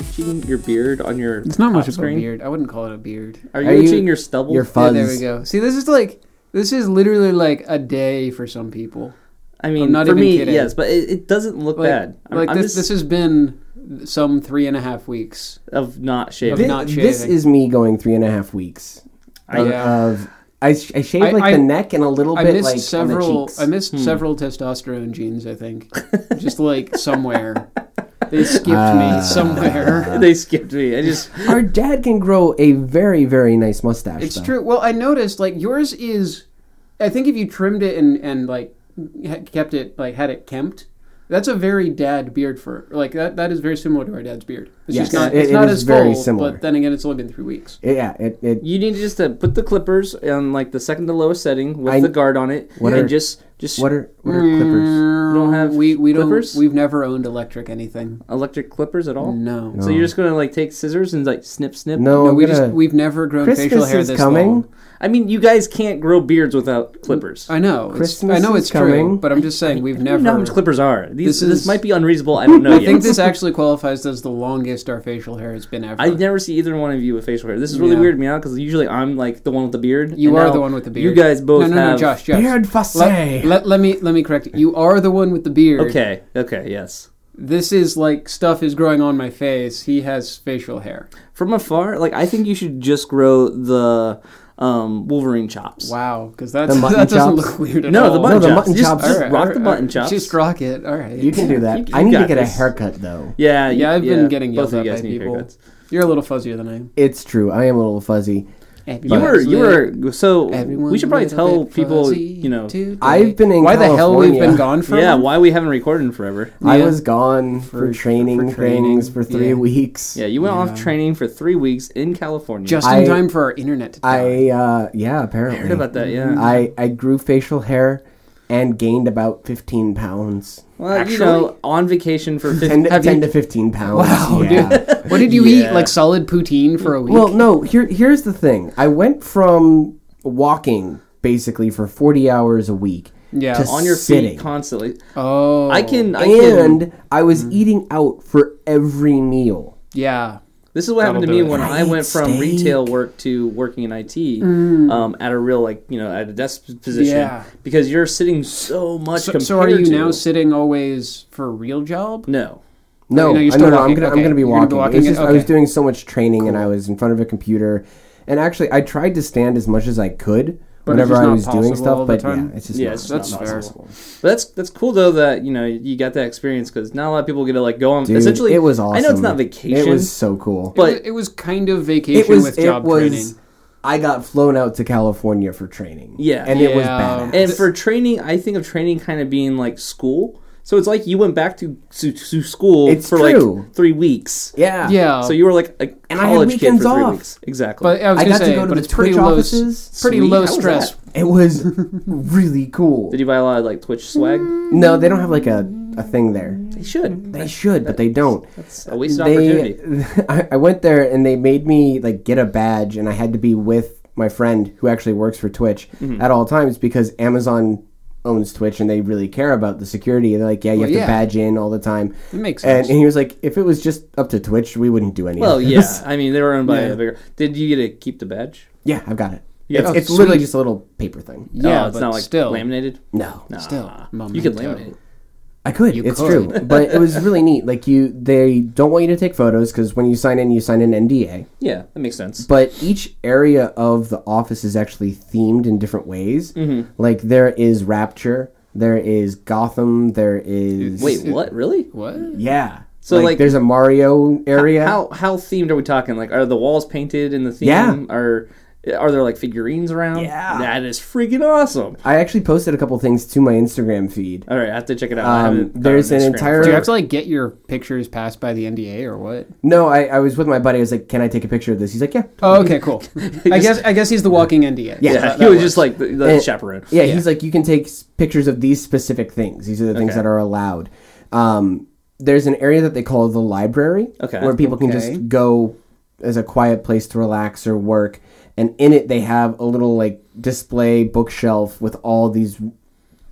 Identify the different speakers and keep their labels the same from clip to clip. Speaker 1: itching your beard on your?
Speaker 2: It's not much
Speaker 1: top
Speaker 2: of a
Speaker 1: screen?
Speaker 2: beard. I wouldn't call it a beard.
Speaker 1: Are you itching your stubble?
Speaker 3: Your
Speaker 2: Yeah,
Speaker 3: fuzz.
Speaker 2: there we go. See, this is like this is literally like a day for some people.
Speaker 1: I mean,
Speaker 2: not
Speaker 1: for
Speaker 2: even
Speaker 1: me,
Speaker 2: kidding.
Speaker 1: yes, but it, it doesn't look
Speaker 2: Like,
Speaker 1: bad. I'm,
Speaker 2: like
Speaker 1: I'm
Speaker 2: this,
Speaker 1: just
Speaker 2: this has been some three and a half weeks.
Speaker 1: of not shaving.
Speaker 2: of
Speaker 3: Thi-
Speaker 2: not
Speaker 3: this
Speaker 2: shaving.
Speaker 3: is me going three and a half weeks
Speaker 1: I-
Speaker 3: of,
Speaker 2: Yeah.
Speaker 3: of- I, sh- I shaved
Speaker 2: I-
Speaker 3: like
Speaker 2: I-
Speaker 3: the neck and a little
Speaker 2: I
Speaker 3: bit
Speaker 2: missed
Speaker 3: like on the
Speaker 2: several.
Speaker 3: cheeks.
Speaker 2: I missed several testosterone genes. I think, just like somewhere, they skipped me
Speaker 3: Ah.
Speaker 2: somewhere.
Speaker 1: they skipped me. I just
Speaker 3: Our dad can grow a very very nice mustache.
Speaker 2: It's
Speaker 3: though.
Speaker 2: true. Well, I noticed like yours is. I think if you trimmed it and and like ha- kept it like had it kempt, that's a very dad beard for like that. That is very similar to our dad's beard. It's
Speaker 3: Yes.
Speaker 2: just not.
Speaker 3: It-
Speaker 2: It's
Speaker 3: it
Speaker 2: not
Speaker 3: is
Speaker 2: as
Speaker 3: very
Speaker 2: full,
Speaker 3: similar.
Speaker 2: But then again, it's only been three weeks.
Speaker 3: Yeah. It. it
Speaker 1: you need to just to put the clippers on like the second to lowest setting with
Speaker 3: I-
Speaker 1: the guard on it,
Speaker 3: What
Speaker 1: and
Speaker 3: are-
Speaker 1: just just
Speaker 3: what are what are
Speaker 2: Mm.
Speaker 3: clippers?
Speaker 1: don't have
Speaker 2: we we
Speaker 1: clippers? Oh.
Speaker 2: don't we've never owned electric anything.
Speaker 1: electric clippers at all.
Speaker 2: Mm, No.
Speaker 1: So you're just gonna like take scissors and like snip snip.
Speaker 3: No.
Speaker 2: No,
Speaker 3: I'm
Speaker 2: we
Speaker 3: gonna,
Speaker 2: just we've never grown facial
Speaker 3: Christmas
Speaker 2: hair
Speaker 3: is
Speaker 2: this
Speaker 3: coming.
Speaker 2: long.
Speaker 1: I mean, you guys can't grow beards without clippers.
Speaker 2: I know. It's, I
Speaker 3: Christmas
Speaker 2: know
Speaker 3: is
Speaker 2: it's true,
Speaker 3: coming.
Speaker 2: but I'm just saying we've
Speaker 1: I don't
Speaker 2: never.
Speaker 1: even know how much clippers are. These, this,
Speaker 2: This is-
Speaker 1: might be unreasonable. I don't know
Speaker 2: I
Speaker 1: yet.
Speaker 2: think this actually qualifies as the longest our facial hair has been ever.
Speaker 1: I never see either one of you with facial hair. This is really
Speaker 2: Yeah.
Speaker 1: weird to me now because usually I'm like the one with the beard.
Speaker 2: You
Speaker 1: and
Speaker 2: are
Speaker 1: now
Speaker 2: the one with the beard.
Speaker 1: You guys both
Speaker 2: No, no,
Speaker 1: have.
Speaker 2: no, Josh, Josh.
Speaker 3: Beard fussy.
Speaker 2: Let, let, let me let me correct you. You are the one with the beard.
Speaker 1: Okay. Okay. Yes.
Speaker 2: This is like stuff is growing on my face. He has facial hair.
Speaker 1: From afar, like I think you should just grow the um, Wolverine chops.
Speaker 2: Wow, because that that
Speaker 3: mutton
Speaker 2: doesn't
Speaker 3: chops?
Speaker 2: look weird at
Speaker 1: No,
Speaker 2: all.
Speaker 1: the button
Speaker 3: No, the
Speaker 1: chops.
Speaker 3: mutton
Speaker 1: just,
Speaker 3: chops.
Speaker 1: just
Speaker 2: All right,
Speaker 1: rock
Speaker 2: all
Speaker 1: the
Speaker 2: right,
Speaker 1: button
Speaker 2: all right.
Speaker 1: chops.
Speaker 2: Just rock it. All right.
Speaker 3: you can do that.
Speaker 1: you-
Speaker 3: I
Speaker 1: you
Speaker 3: need to
Speaker 1: got
Speaker 3: get
Speaker 1: this.
Speaker 3: a haircut though.
Speaker 1: Yeah. you-
Speaker 2: Yeah, I've been
Speaker 1: yeah,
Speaker 2: getting
Speaker 1: both
Speaker 2: yelled
Speaker 1: of
Speaker 2: at
Speaker 1: you guys
Speaker 2: by
Speaker 1: need
Speaker 2: people.
Speaker 1: haircuts.
Speaker 2: You're a little fuzzier than I am.
Speaker 3: It's true. I am a little fuzzy.
Speaker 1: You were, you were. So
Speaker 2: Everyone
Speaker 1: we should probably tell people, you know,
Speaker 3: I've been in
Speaker 2: Why the hell we've
Speaker 3: California.
Speaker 2: been gone for?
Speaker 1: yeah, why we haven't recorded in forever.
Speaker 3: I
Speaker 2: Yeah.
Speaker 3: was gone for,
Speaker 2: For-
Speaker 3: training
Speaker 2: for training,
Speaker 3: things for three
Speaker 2: yeah.
Speaker 3: weeks.
Speaker 1: Yeah, you went off training for three weeks in California.
Speaker 2: just
Speaker 3: I-
Speaker 2: in time for our internet to die.
Speaker 3: I uh yeah,
Speaker 1: I heard
Speaker 3: apparently.
Speaker 1: about that. Yeah.
Speaker 3: I I grew facial hair and gained about 15 pounds.
Speaker 1: well, you
Speaker 2: Actually-
Speaker 1: know, on vacation for
Speaker 3: 10
Speaker 1: fifteen.
Speaker 3: to,
Speaker 2: Have you-
Speaker 3: 10 to 15 pounds.
Speaker 2: Wow,
Speaker 3: yeah.
Speaker 2: what did you
Speaker 1: Yeah.
Speaker 2: eat? Like solid poutine for a week?
Speaker 3: Well, no, here here's the thing. I went from walking basically for 40 hours a week
Speaker 2: Yeah.
Speaker 3: to
Speaker 1: on your
Speaker 3: sitting.
Speaker 1: feet constantly.
Speaker 2: oh,
Speaker 1: I can. I can.
Speaker 3: and I was eating out for every meal.
Speaker 2: Yeah.
Speaker 1: This is what happened to me
Speaker 2: That'll
Speaker 1: when
Speaker 2: do
Speaker 3: it.
Speaker 1: I
Speaker 3: Right, Mm.
Speaker 1: went from
Speaker 3: steak.
Speaker 1: retail work to working in IT um, at a real like you know at a desk position
Speaker 2: Yeah.
Speaker 1: because you're sitting so much.
Speaker 2: So,
Speaker 1: compared
Speaker 2: so are you
Speaker 1: to,
Speaker 2: now sitting always for a real job?
Speaker 1: No.
Speaker 3: No,
Speaker 2: no, you're
Speaker 3: I-
Speaker 2: still
Speaker 3: no, no, I'm
Speaker 2: walking.
Speaker 3: gonna I'm
Speaker 2: Okay.
Speaker 3: gonna be
Speaker 2: You're gonna
Speaker 3: walking.
Speaker 2: be walking
Speaker 3: It's
Speaker 2: it?
Speaker 3: just I was
Speaker 2: Okay.
Speaker 3: doing so much training and I was in front of a computer, and actually I tried to stand as much as I could
Speaker 2: it's
Speaker 3: whenever
Speaker 2: just
Speaker 3: I
Speaker 2: not
Speaker 3: was doing
Speaker 2: possible all
Speaker 3: stuff.
Speaker 2: the
Speaker 3: But yeah,
Speaker 2: time.
Speaker 3: it's just
Speaker 1: Yeah,
Speaker 3: not,
Speaker 1: it's-
Speaker 3: not
Speaker 2: that's fair.
Speaker 3: possible.
Speaker 1: But that's that's cool though that you know you got that experience because not a lot of people get to like go on.
Speaker 3: Dude,
Speaker 1: essentially,
Speaker 3: it was awesome.
Speaker 1: I know it's not vacation.
Speaker 3: It was so cool.
Speaker 1: But-
Speaker 2: But it, was kind of vacation
Speaker 3: it was.
Speaker 2: with
Speaker 3: it
Speaker 2: job
Speaker 3: was.
Speaker 2: training.
Speaker 3: I got flown out to California for training.
Speaker 1: Yeah.
Speaker 3: and it was
Speaker 2: Yeah.
Speaker 3: badass.
Speaker 1: and for training, I think of training kind of being like school. So it's like you went back to to, to school
Speaker 3: It's
Speaker 1: for
Speaker 3: true.
Speaker 1: like three weeks.
Speaker 3: yeah,
Speaker 2: Yeah.
Speaker 1: So you were like a
Speaker 3: And I had
Speaker 1: college kid
Speaker 3: weekends
Speaker 1: for three
Speaker 3: off. uh,
Speaker 1: weeks. Exactly.
Speaker 2: but I was
Speaker 3: I
Speaker 2: gonna
Speaker 3: got to
Speaker 2: say,
Speaker 3: go to
Speaker 2: but
Speaker 3: the
Speaker 2: it's pretty
Speaker 3: Twitch
Speaker 2: low,
Speaker 3: offices.
Speaker 2: pretty
Speaker 1: Sweet. How
Speaker 2: low
Speaker 1: was
Speaker 2: stress.
Speaker 1: that? Oh,
Speaker 3: It was really cool.
Speaker 1: Did you buy a lot of like Twitch swag?
Speaker 3: no, they don't have like a, a thing there.
Speaker 1: They should.
Speaker 3: They should, but they don't.
Speaker 1: That's a wasted
Speaker 3: They,
Speaker 1: opportunity.
Speaker 3: I, I went there and they made me like get a badge, and I had to be with my friend who actually works for Twitch
Speaker 1: Mm-hmm.
Speaker 3: at all times because Amazon owns Twitch and they really care about the security. They're like, yeah, you have
Speaker 2: yeah.
Speaker 3: to badge in all the time.
Speaker 2: It makes
Speaker 3: And,
Speaker 2: sense.
Speaker 3: and he was like, if it was just up to Twitch, we wouldn't do any.
Speaker 1: Well,
Speaker 3: of
Speaker 1: yeah.
Speaker 3: this."
Speaker 1: I mean, they were owned by a bigger. Did you get to keep the badge?
Speaker 3: yeah, I've got it.
Speaker 1: Yeah.
Speaker 3: it's
Speaker 1: Oh,
Speaker 3: it's literally just a little paper thing.
Speaker 2: yeah,
Speaker 1: Oh, it's
Speaker 2: but
Speaker 1: not like
Speaker 2: still,
Speaker 1: laminated.
Speaker 3: No,
Speaker 1: Nah.
Speaker 2: Still,
Speaker 1: you could
Speaker 2: memento.
Speaker 1: laminate. it.
Speaker 3: I could. it's
Speaker 2: could.
Speaker 3: true, but it was really neat. Like you, they don't want you to take photos because when you sign in, you sign an NDA.
Speaker 1: Yeah, that makes sense.
Speaker 3: but each area of the office is actually themed in different ways.
Speaker 1: Mm-hmm.
Speaker 3: Like there is Rapture, there is Gotham, there is
Speaker 1: Wait, what? Really?
Speaker 2: what?
Speaker 3: yeah.
Speaker 1: So,
Speaker 3: So like,
Speaker 1: like-
Speaker 3: there's a Mario area.
Speaker 1: How how themed are we talking? Like, are the walls painted in the theme?
Speaker 3: Yeah.
Speaker 1: Are are there like figurines around?
Speaker 3: Yeah.
Speaker 1: That is freaking awesome.
Speaker 3: I actually posted a couple things to my Instagram feed.
Speaker 1: All right, I have to check it out. I
Speaker 3: Um,
Speaker 1: haven't gone
Speaker 3: there's
Speaker 1: on
Speaker 3: an
Speaker 1: Instagram
Speaker 3: entire-
Speaker 2: Do you
Speaker 1: for-
Speaker 2: have to like get your pictures passed by the NDA or what?
Speaker 3: No, I, I was with my buddy. I was like, "Can I take a picture of this?" He's like, "Yeah."
Speaker 2: Oh, okay, cool. I guess I guess he's the walking NDA. So
Speaker 3: Yeah.
Speaker 1: Yeah,
Speaker 2: that-
Speaker 1: he
Speaker 2: that
Speaker 1: was
Speaker 2: works.
Speaker 1: just like the, the
Speaker 3: And-
Speaker 1: chaperone.
Speaker 3: Yeah, he's like, you can take s- pictures of these specific things. These are the things
Speaker 1: Okay.
Speaker 3: that are allowed. Um, there's an area that they call the library,
Speaker 1: Okay.
Speaker 3: where people can
Speaker 2: Okay.
Speaker 3: just go as a quiet place to relax or work. And in it, they have a little like display bookshelf with all these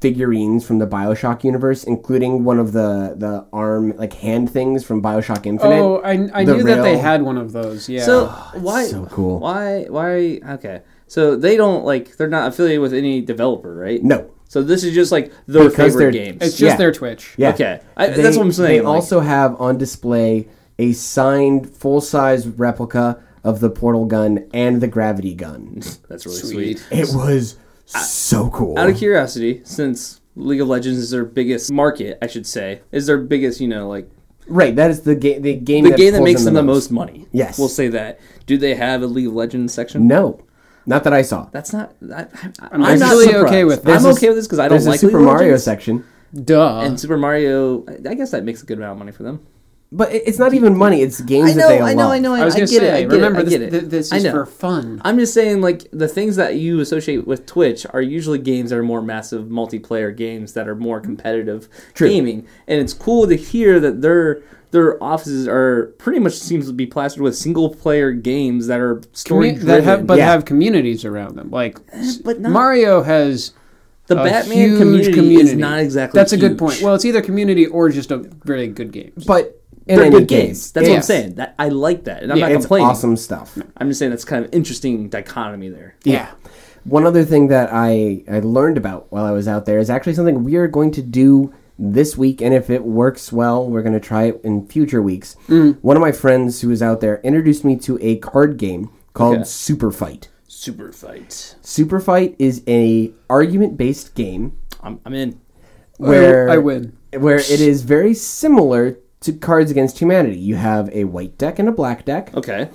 Speaker 3: figurines from the Bioshock universe, including one of the the arm like hand things from Bioshock Infinite.
Speaker 2: Oh, I, I
Speaker 3: The
Speaker 2: knew that they
Speaker 3: real-
Speaker 2: had one of those. Yeah.
Speaker 1: So why?
Speaker 3: so cool.
Speaker 1: Why? Why? Okay. So they don't like they're not affiliated with any developer, right?
Speaker 3: No.
Speaker 1: So this is just like their
Speaker 3: Because
Speaker 1: favorite
Speaker 3: they're-
Speaker 1: games.
Speaker 2: it's just
Speaker 3: yeah.
Speaker 2: their Twitch.
Speaker 3: Yeah.
Speaker 1: Okay, I,
Speaker 3: They-
Speaker 1: that's what I'm saying.
Speaker 3: They
Speaker 1: like-
Speaker 3: also have on display a signed full size replica of the portal gun and the gravity gun.
Speaker 1: that's really
Speaker 2: Sweet.
Speaker 1: sweet.
Speaker 3: It was so cool.
Speaker 1: Out of curiosity, since League of Legends is their biggest market, I should say, is their biggest, you know, like
Speaker 3: Right, that is the game. The game.
Speaker 1: the
Speaker 3: that
Speaker 1: game that
Speaker 3: pulls
Speaker 1: makes them the
Speaker 3: most.
Speaker 1: most money.
Speaker 3: Yes.
Speaker 1: we'll say that. Do they have a League of Legends section?
Speaker 3: No, not that I saw.
Speaker 1: That's not. I, I,
Speaker 2: I'm
Speaker 1: I'm, not
Speaker 2: actually
Speaker 1: surprised.
Speaker 2: okay with
Speaker 3: this.
Speaker 1: I'm
Speaker 3: There's a-
Speaker 1: okay with this because I don't
Speaker 3: There's
Speaker 1: like
Speaker 3: a Super
Speaker 1: League of
Speaker 3: Mario
Speaker 1: Legends.
Speaker 3: section,
Speaker 2: Duh.
Speaker 1: and Super Mario. I- I guess that makes a good amount of money for them.
Speaker 3: but it- it's not even money. It's games
Speaker 1: I know,
Speaker 3: that they love.
Speaker 1: I know, I know, I
Speaker 2: I was gonna
Speaker 1: get it. I
Speaker 2: say.
Speaker 1: get
Speaker 2: remember,
Speaker 1: it, I
Speaker 2: this,
Speaker 1: get it.
Speaker 2: th- this
Speaker 1: I
Speaker 2: is
Speaker 1: know.
Speaker 2: for fun.
Speaker 1: I'm just saying, like the things that you associate with Twitch are usually games that are more massive multiplayer games that are more competitive
Speaker 3: True.
Speaker 1: gaming, and it's cool to hear that their their offices are pretty much seems to be plastered with single player games that are story
Speaker 2: Commu- that
Speaker 1: driven.
Speaker 2: have, but
Speaker 3: Yeah.
Speaker 2: have communities around them. Like s-
Speaker 1: Eh, but not-
Speaker 2: Mario has
Speaker 1: the
Speaker 2: a
Speaker 1: Batman
Speaker 2: huge
Speaker 1: community, is not exactly
Speaker 2: That's a good
Speaker 1: huge.
Speaker 2: point. Well, it's either community or just a really good game.
Speaker 3: But in
Speaker 1: they're
Speaker 3: any
Speaker 1: good
Speaker 3: case,
Speaker 1: games. That's what I'm
Speaker 2: yes.
Speaker 1: saying. That I like that, and I'm
Speaker 2: Yeah,
Speaker 1: not
Speaker 3: It's
Speaker 1: complaining.
Speaker 3: awesome stuff.
Speaker 1: I'm just saying that's kind of interesting dichotomy there.
Speaker 2: Yeah.
Speaker 3: One other thing that I, I learned about while I was out there is actually something we are going to do this week, and if it works well, we're going to try it in future weeks.
Speaker 2: Mm.
Speaker 3: One of my friends who was out there introduced me to a card game called
Speaker 1: Okay.
Speaker 3: Super Fight.
Speaker 1: Super fight.
Speaker 3: Super Fight is a argument based game
Speaker 1: I'm, I'm in.
Speaker 3: where
Speaker 2: I win.
Speaker 3: Where it is very similar to Cards Against Humanity. You have a white deck and a black deck.
Speaker 1: Okay.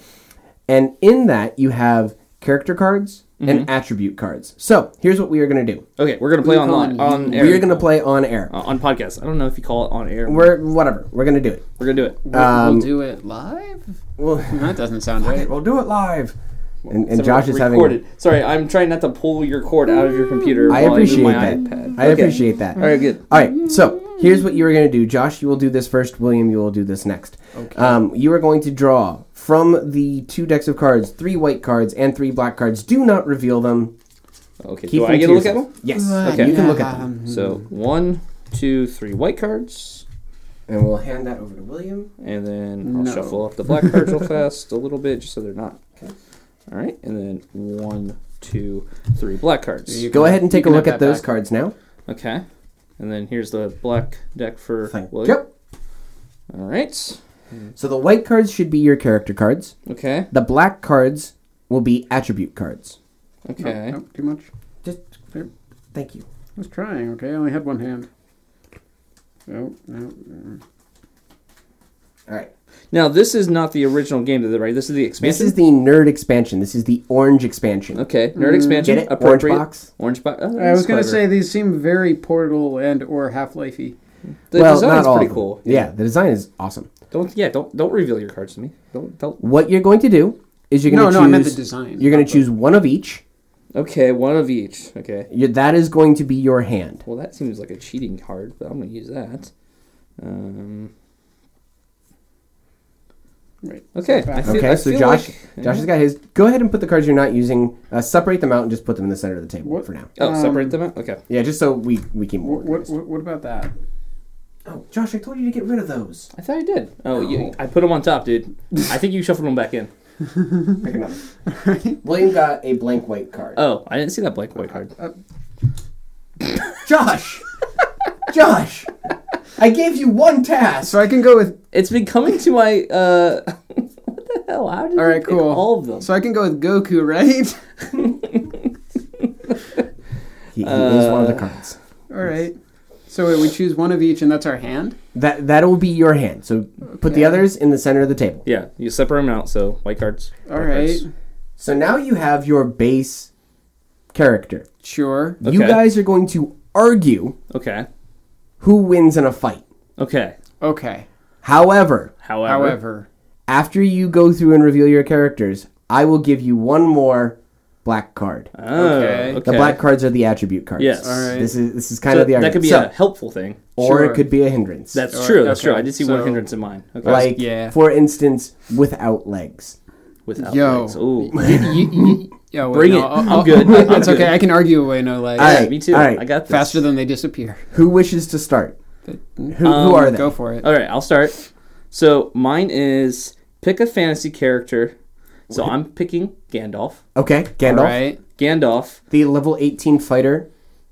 Speaker 3: And in that, you have character cards
Speaker 2: Mm-hmm.
Speaker 3: and attribute cards. So here's what we are going to do.
Speaker 1: Okay, we're gonna play
Speaker 2: We're
Speaker 1: online
Speaker 2: calling-
Speaker 1: on air.
Speaker 3: We are going to play on air.
Speaker 1: Uh, on podcast. I don't know if you call it on air. We're,
Speaker 3: We're whatever. We're going to do it.
Speaker 1: gonna do it.
Speaker 2: We'll,
Speaker 3: Um,
Speaker 2: we'll do it live.
Speaker 3: We'll,
Speaker 2: That doesn't sound right.
Speaker 3: we'll do it live. And, and
Speaker 1: So
Speaker 3: Josh is
Speaker 1: we're
Speaker 3: having.
Speaker 1: recorded. Sorry, I'm trying not to pull your cord out of your computer.
Speaker 3: I
Speaker 1: while
Speaker 3: appreciate
Speaker 1: I
Speaker 3: that.
Speaker 1: do my iPad.
Speaker 3: I
Speaker 1: Okay.
Speaker 3: appreciate that.
Speaker 1: All right, good.
Speaker 3: All right, so here's what you are going to do. Josh, you will do this first. William, you will do this next. Okay. Um, you are going to draw from the two decks of cards three white cards and three black cards. Do not reveal them.
Speaker 1: Okay,
Speaker 3: Keep
Speaker 1: do
Speaker 3: them
Speaker 1: I get
Speaker 3: to
Speaker 1: to look at them?
Speaker 3: yourself. Yes.
Speaker 1: Okay.
Speaker 3: You can look
Speaker 2: um,
Speaker 3: at them.
Speaker 1: So one, two, three white cards,
Speaker 3: And we'll hand that over to William.
Speaker 1: and then I'll
Speaker 2: No.
Speaker 1: shuffle up the black cards real fast a little bit, just so they're not. All right, and then one, two, three black cards.
Speaker 2: You
Speaker 3: Go
Speaker 2: can-
Speaker 3: ahead and
Speaker 2: you
Speaker 3: take a
Speaker 2: can
Speaker 3: look
Speaker 2: have
Speaker 3: at
Speaker 2: that
Speaker 3: those
Speaker 2: back.
Speaker 3: cards now.
Speaker 1: Okay, and then here's the black deck for
Speaker 3: Thank
Speaker 1: William.
Speaker 3: you.
Speaker 1: All right.
Speaker 3: So the white cards should be your character cards.
Speaker 1: Okay.
Speaker 3: The black cards will be attribute cards.
Speaker 1: Okay.
Speaker 2: Nope, Oh, too much.
Speaker 3: Just
Speaker 2: There.
Speaker 3: thank you.
Speaker 2: I was trying. Okay, I only had one hand. No, no. mm.
Speaker 3: All right.
Speaker 1: Now this is not the original game, is it, right? This is the expansion.
Speaker 3: This is the nerd expansion. This is the orange expansion.
Speaker 1: Okay, nerd expansion.
Speaker 3: Get it? Orange
Speaker 1: Appropriate.
Speaker 3: box.
Speaker 1: Orange box. Oh,
Speaker 2: I was
Speaker 1: going
Speaker 2: gonna
Speaker 1: to
Speaker 2: say these seem very Portal and or Half Lifey.
Speaker 1: the
Speaker 3: well,
Speaker 1: design's
Speaker 3: not all.
Speaker 1: pretty
Speaker 3: of them.
Speaker 1: cool.
Speaker 3: Yeah, the design is awesome.
Speaker 1: Don't yeah. Don't don't reveal your cards to me. Don't don't.
Speaker 3: What you're going to do is you're going
Speaker 2: No,
Speaker 3: to
Speaker 2: no,
Speaker 3: choose.
Speaker 2: I meant the design.
Speaker 3: You're going
Speaker 2: Not
Speaker 3: to choose one of each.
Speaker 1: Okay, one of each. Okay.
Speaker 3: You- that is going to be your hand.
Speaker 1: Well, that seems like a cheating card, but I'm going to use that. Um.
Speaker 2: Right.
Speaker 1: Okay. I feel,
Speaker 3: Okay,
Speaker 1: I
Speaker 3: so
Speaker 1: feel
Speaker 3: Josh,
Speaker 1: like-
Speaker 3: Josh has got his. Go ahead and put the cards you're not using. Uh, separate them out and just put them in the center of the table
Speaker 2: What?
Speaker 3: for now.
Speaker 1: Oh,
Speaker 2: Um,
Speaker 1: separate them out. Okay.
Speaker 3: Yeah, just so we we keep.
Speaker 2: What, what, what, what about that?
Speaker 3: Oh, Josh, I told you to get rid of those.
Speaker 1: I thought I did. Oh, you, I put them on top, dude. I think you shuffled them back in.
Speaker 3: Pick another. William got a blank white card.
Speaker 1: Oh, I didn't see that black white card.
Speaker 3: Josh! Josh! I gave you one task.
Speaker 2: So I can go with
Speaker 1: It's been coming to my. uh... what the hell? How did
Speaker 2: all
Speaker 1: you
Speaker 2: right,
Speaker 1: pick
Speaker 2: cool.
Speaker 1: all of them?
Speaker 2: So I can go with Goku, right?
Speaker 3: He, he
Speaker 1: Uh,
Speaker 3: is one of the cards.
Speaker 2: all right. So wait, we choose one of each, and that's our hand.
Speaker 3: That that will be your hand. So put the others in the center of the table.
Speaker 1: Yeah, you separate them out. So white cards.
Speaker 2: All
Speaker 1: black
Speaker 2: right,
Speaker 1: cards.
Speaker 3: So now you have your base character.
Speaker 2: sure.
Speaker 3: You
Speaker 1: Okay.
Speaker 3: guys are going to argue
Speaker 1: Okay.
Speaker 3: who wins in a fight.
Speaker 1: Okay.
Speaker 2: Okay.
Speaker 3: However,
Speaker 1: However.
Speaker 2: However,
Speaker 3: after you go through and reveal your characters, I will give you one more black card.
Speaker 1: Oh,
Speaker 2: Okay.
Speaker 1: okay.
Speaker 3: The black cards are the attribute cards.
Speaker 1: Yes.
Speaker 2: All right.
Speaker 3: This is this is
Speaker 1: So
Speaker 3: kind of the
Speaker 1: that
Speaker 3: argument.
Speaker 1: could be
Speaker 3: So-
Speaker 1: a helpful thing.
Speaker 3: or
Speaker 2: Sure.
Speaker 3: it could be a hindrance.
Speaker 1: That's
Speaker 2: All
Speaker 1: true.
Speaker 2: right,
Speaker 1: That's
Speaker 2: okay.
Speaker 1: true. I did see one
Speaker 2: So-
Speaker 1: hindrance in mine. Okay.
Speaker 3: like
Speaker 2: yeah.
Speaker 3: for instance without legs
Speaker 1: without
Speaker 2: Yo.
Speaker 1: legs. Ooh.
Speaker 2: you, you, Yeah, wait,
Speaker 1: Bring
Speaker 2: no,
Speaker 1: it.
Speaker 2: I'll-
Speaker 1: I'm
Speaker 2: I'll-
Speaker 1: good. I'm
Speaker 2: It's
Speaker 1: good.
Speaker 2: okay. I can argue away no leg.
Speaker 3: All
Speaker 1: Yeah,
Speaker 3: right,
Speaker 1: me too.
Speaker 3: all right.
Speaker 1: I got this.
Speaker 2: Faster than they disappear.
Speaker 3: Who wishes to start?
Speaker 2: But-
Speaker 3: Who, who are they?
Speaker 2: Um, Go for it.
Speaker 1: All right, I'll start. So mine is pick a fantasy character. So I'm picking Gandalf.
Speaker 3: Okay,
Speaker 2: All
Speaker 3: Gandalf,
Speaker 2: right.
Speaker 1: Gandalf.
Speaker 3: the level 18 fighter,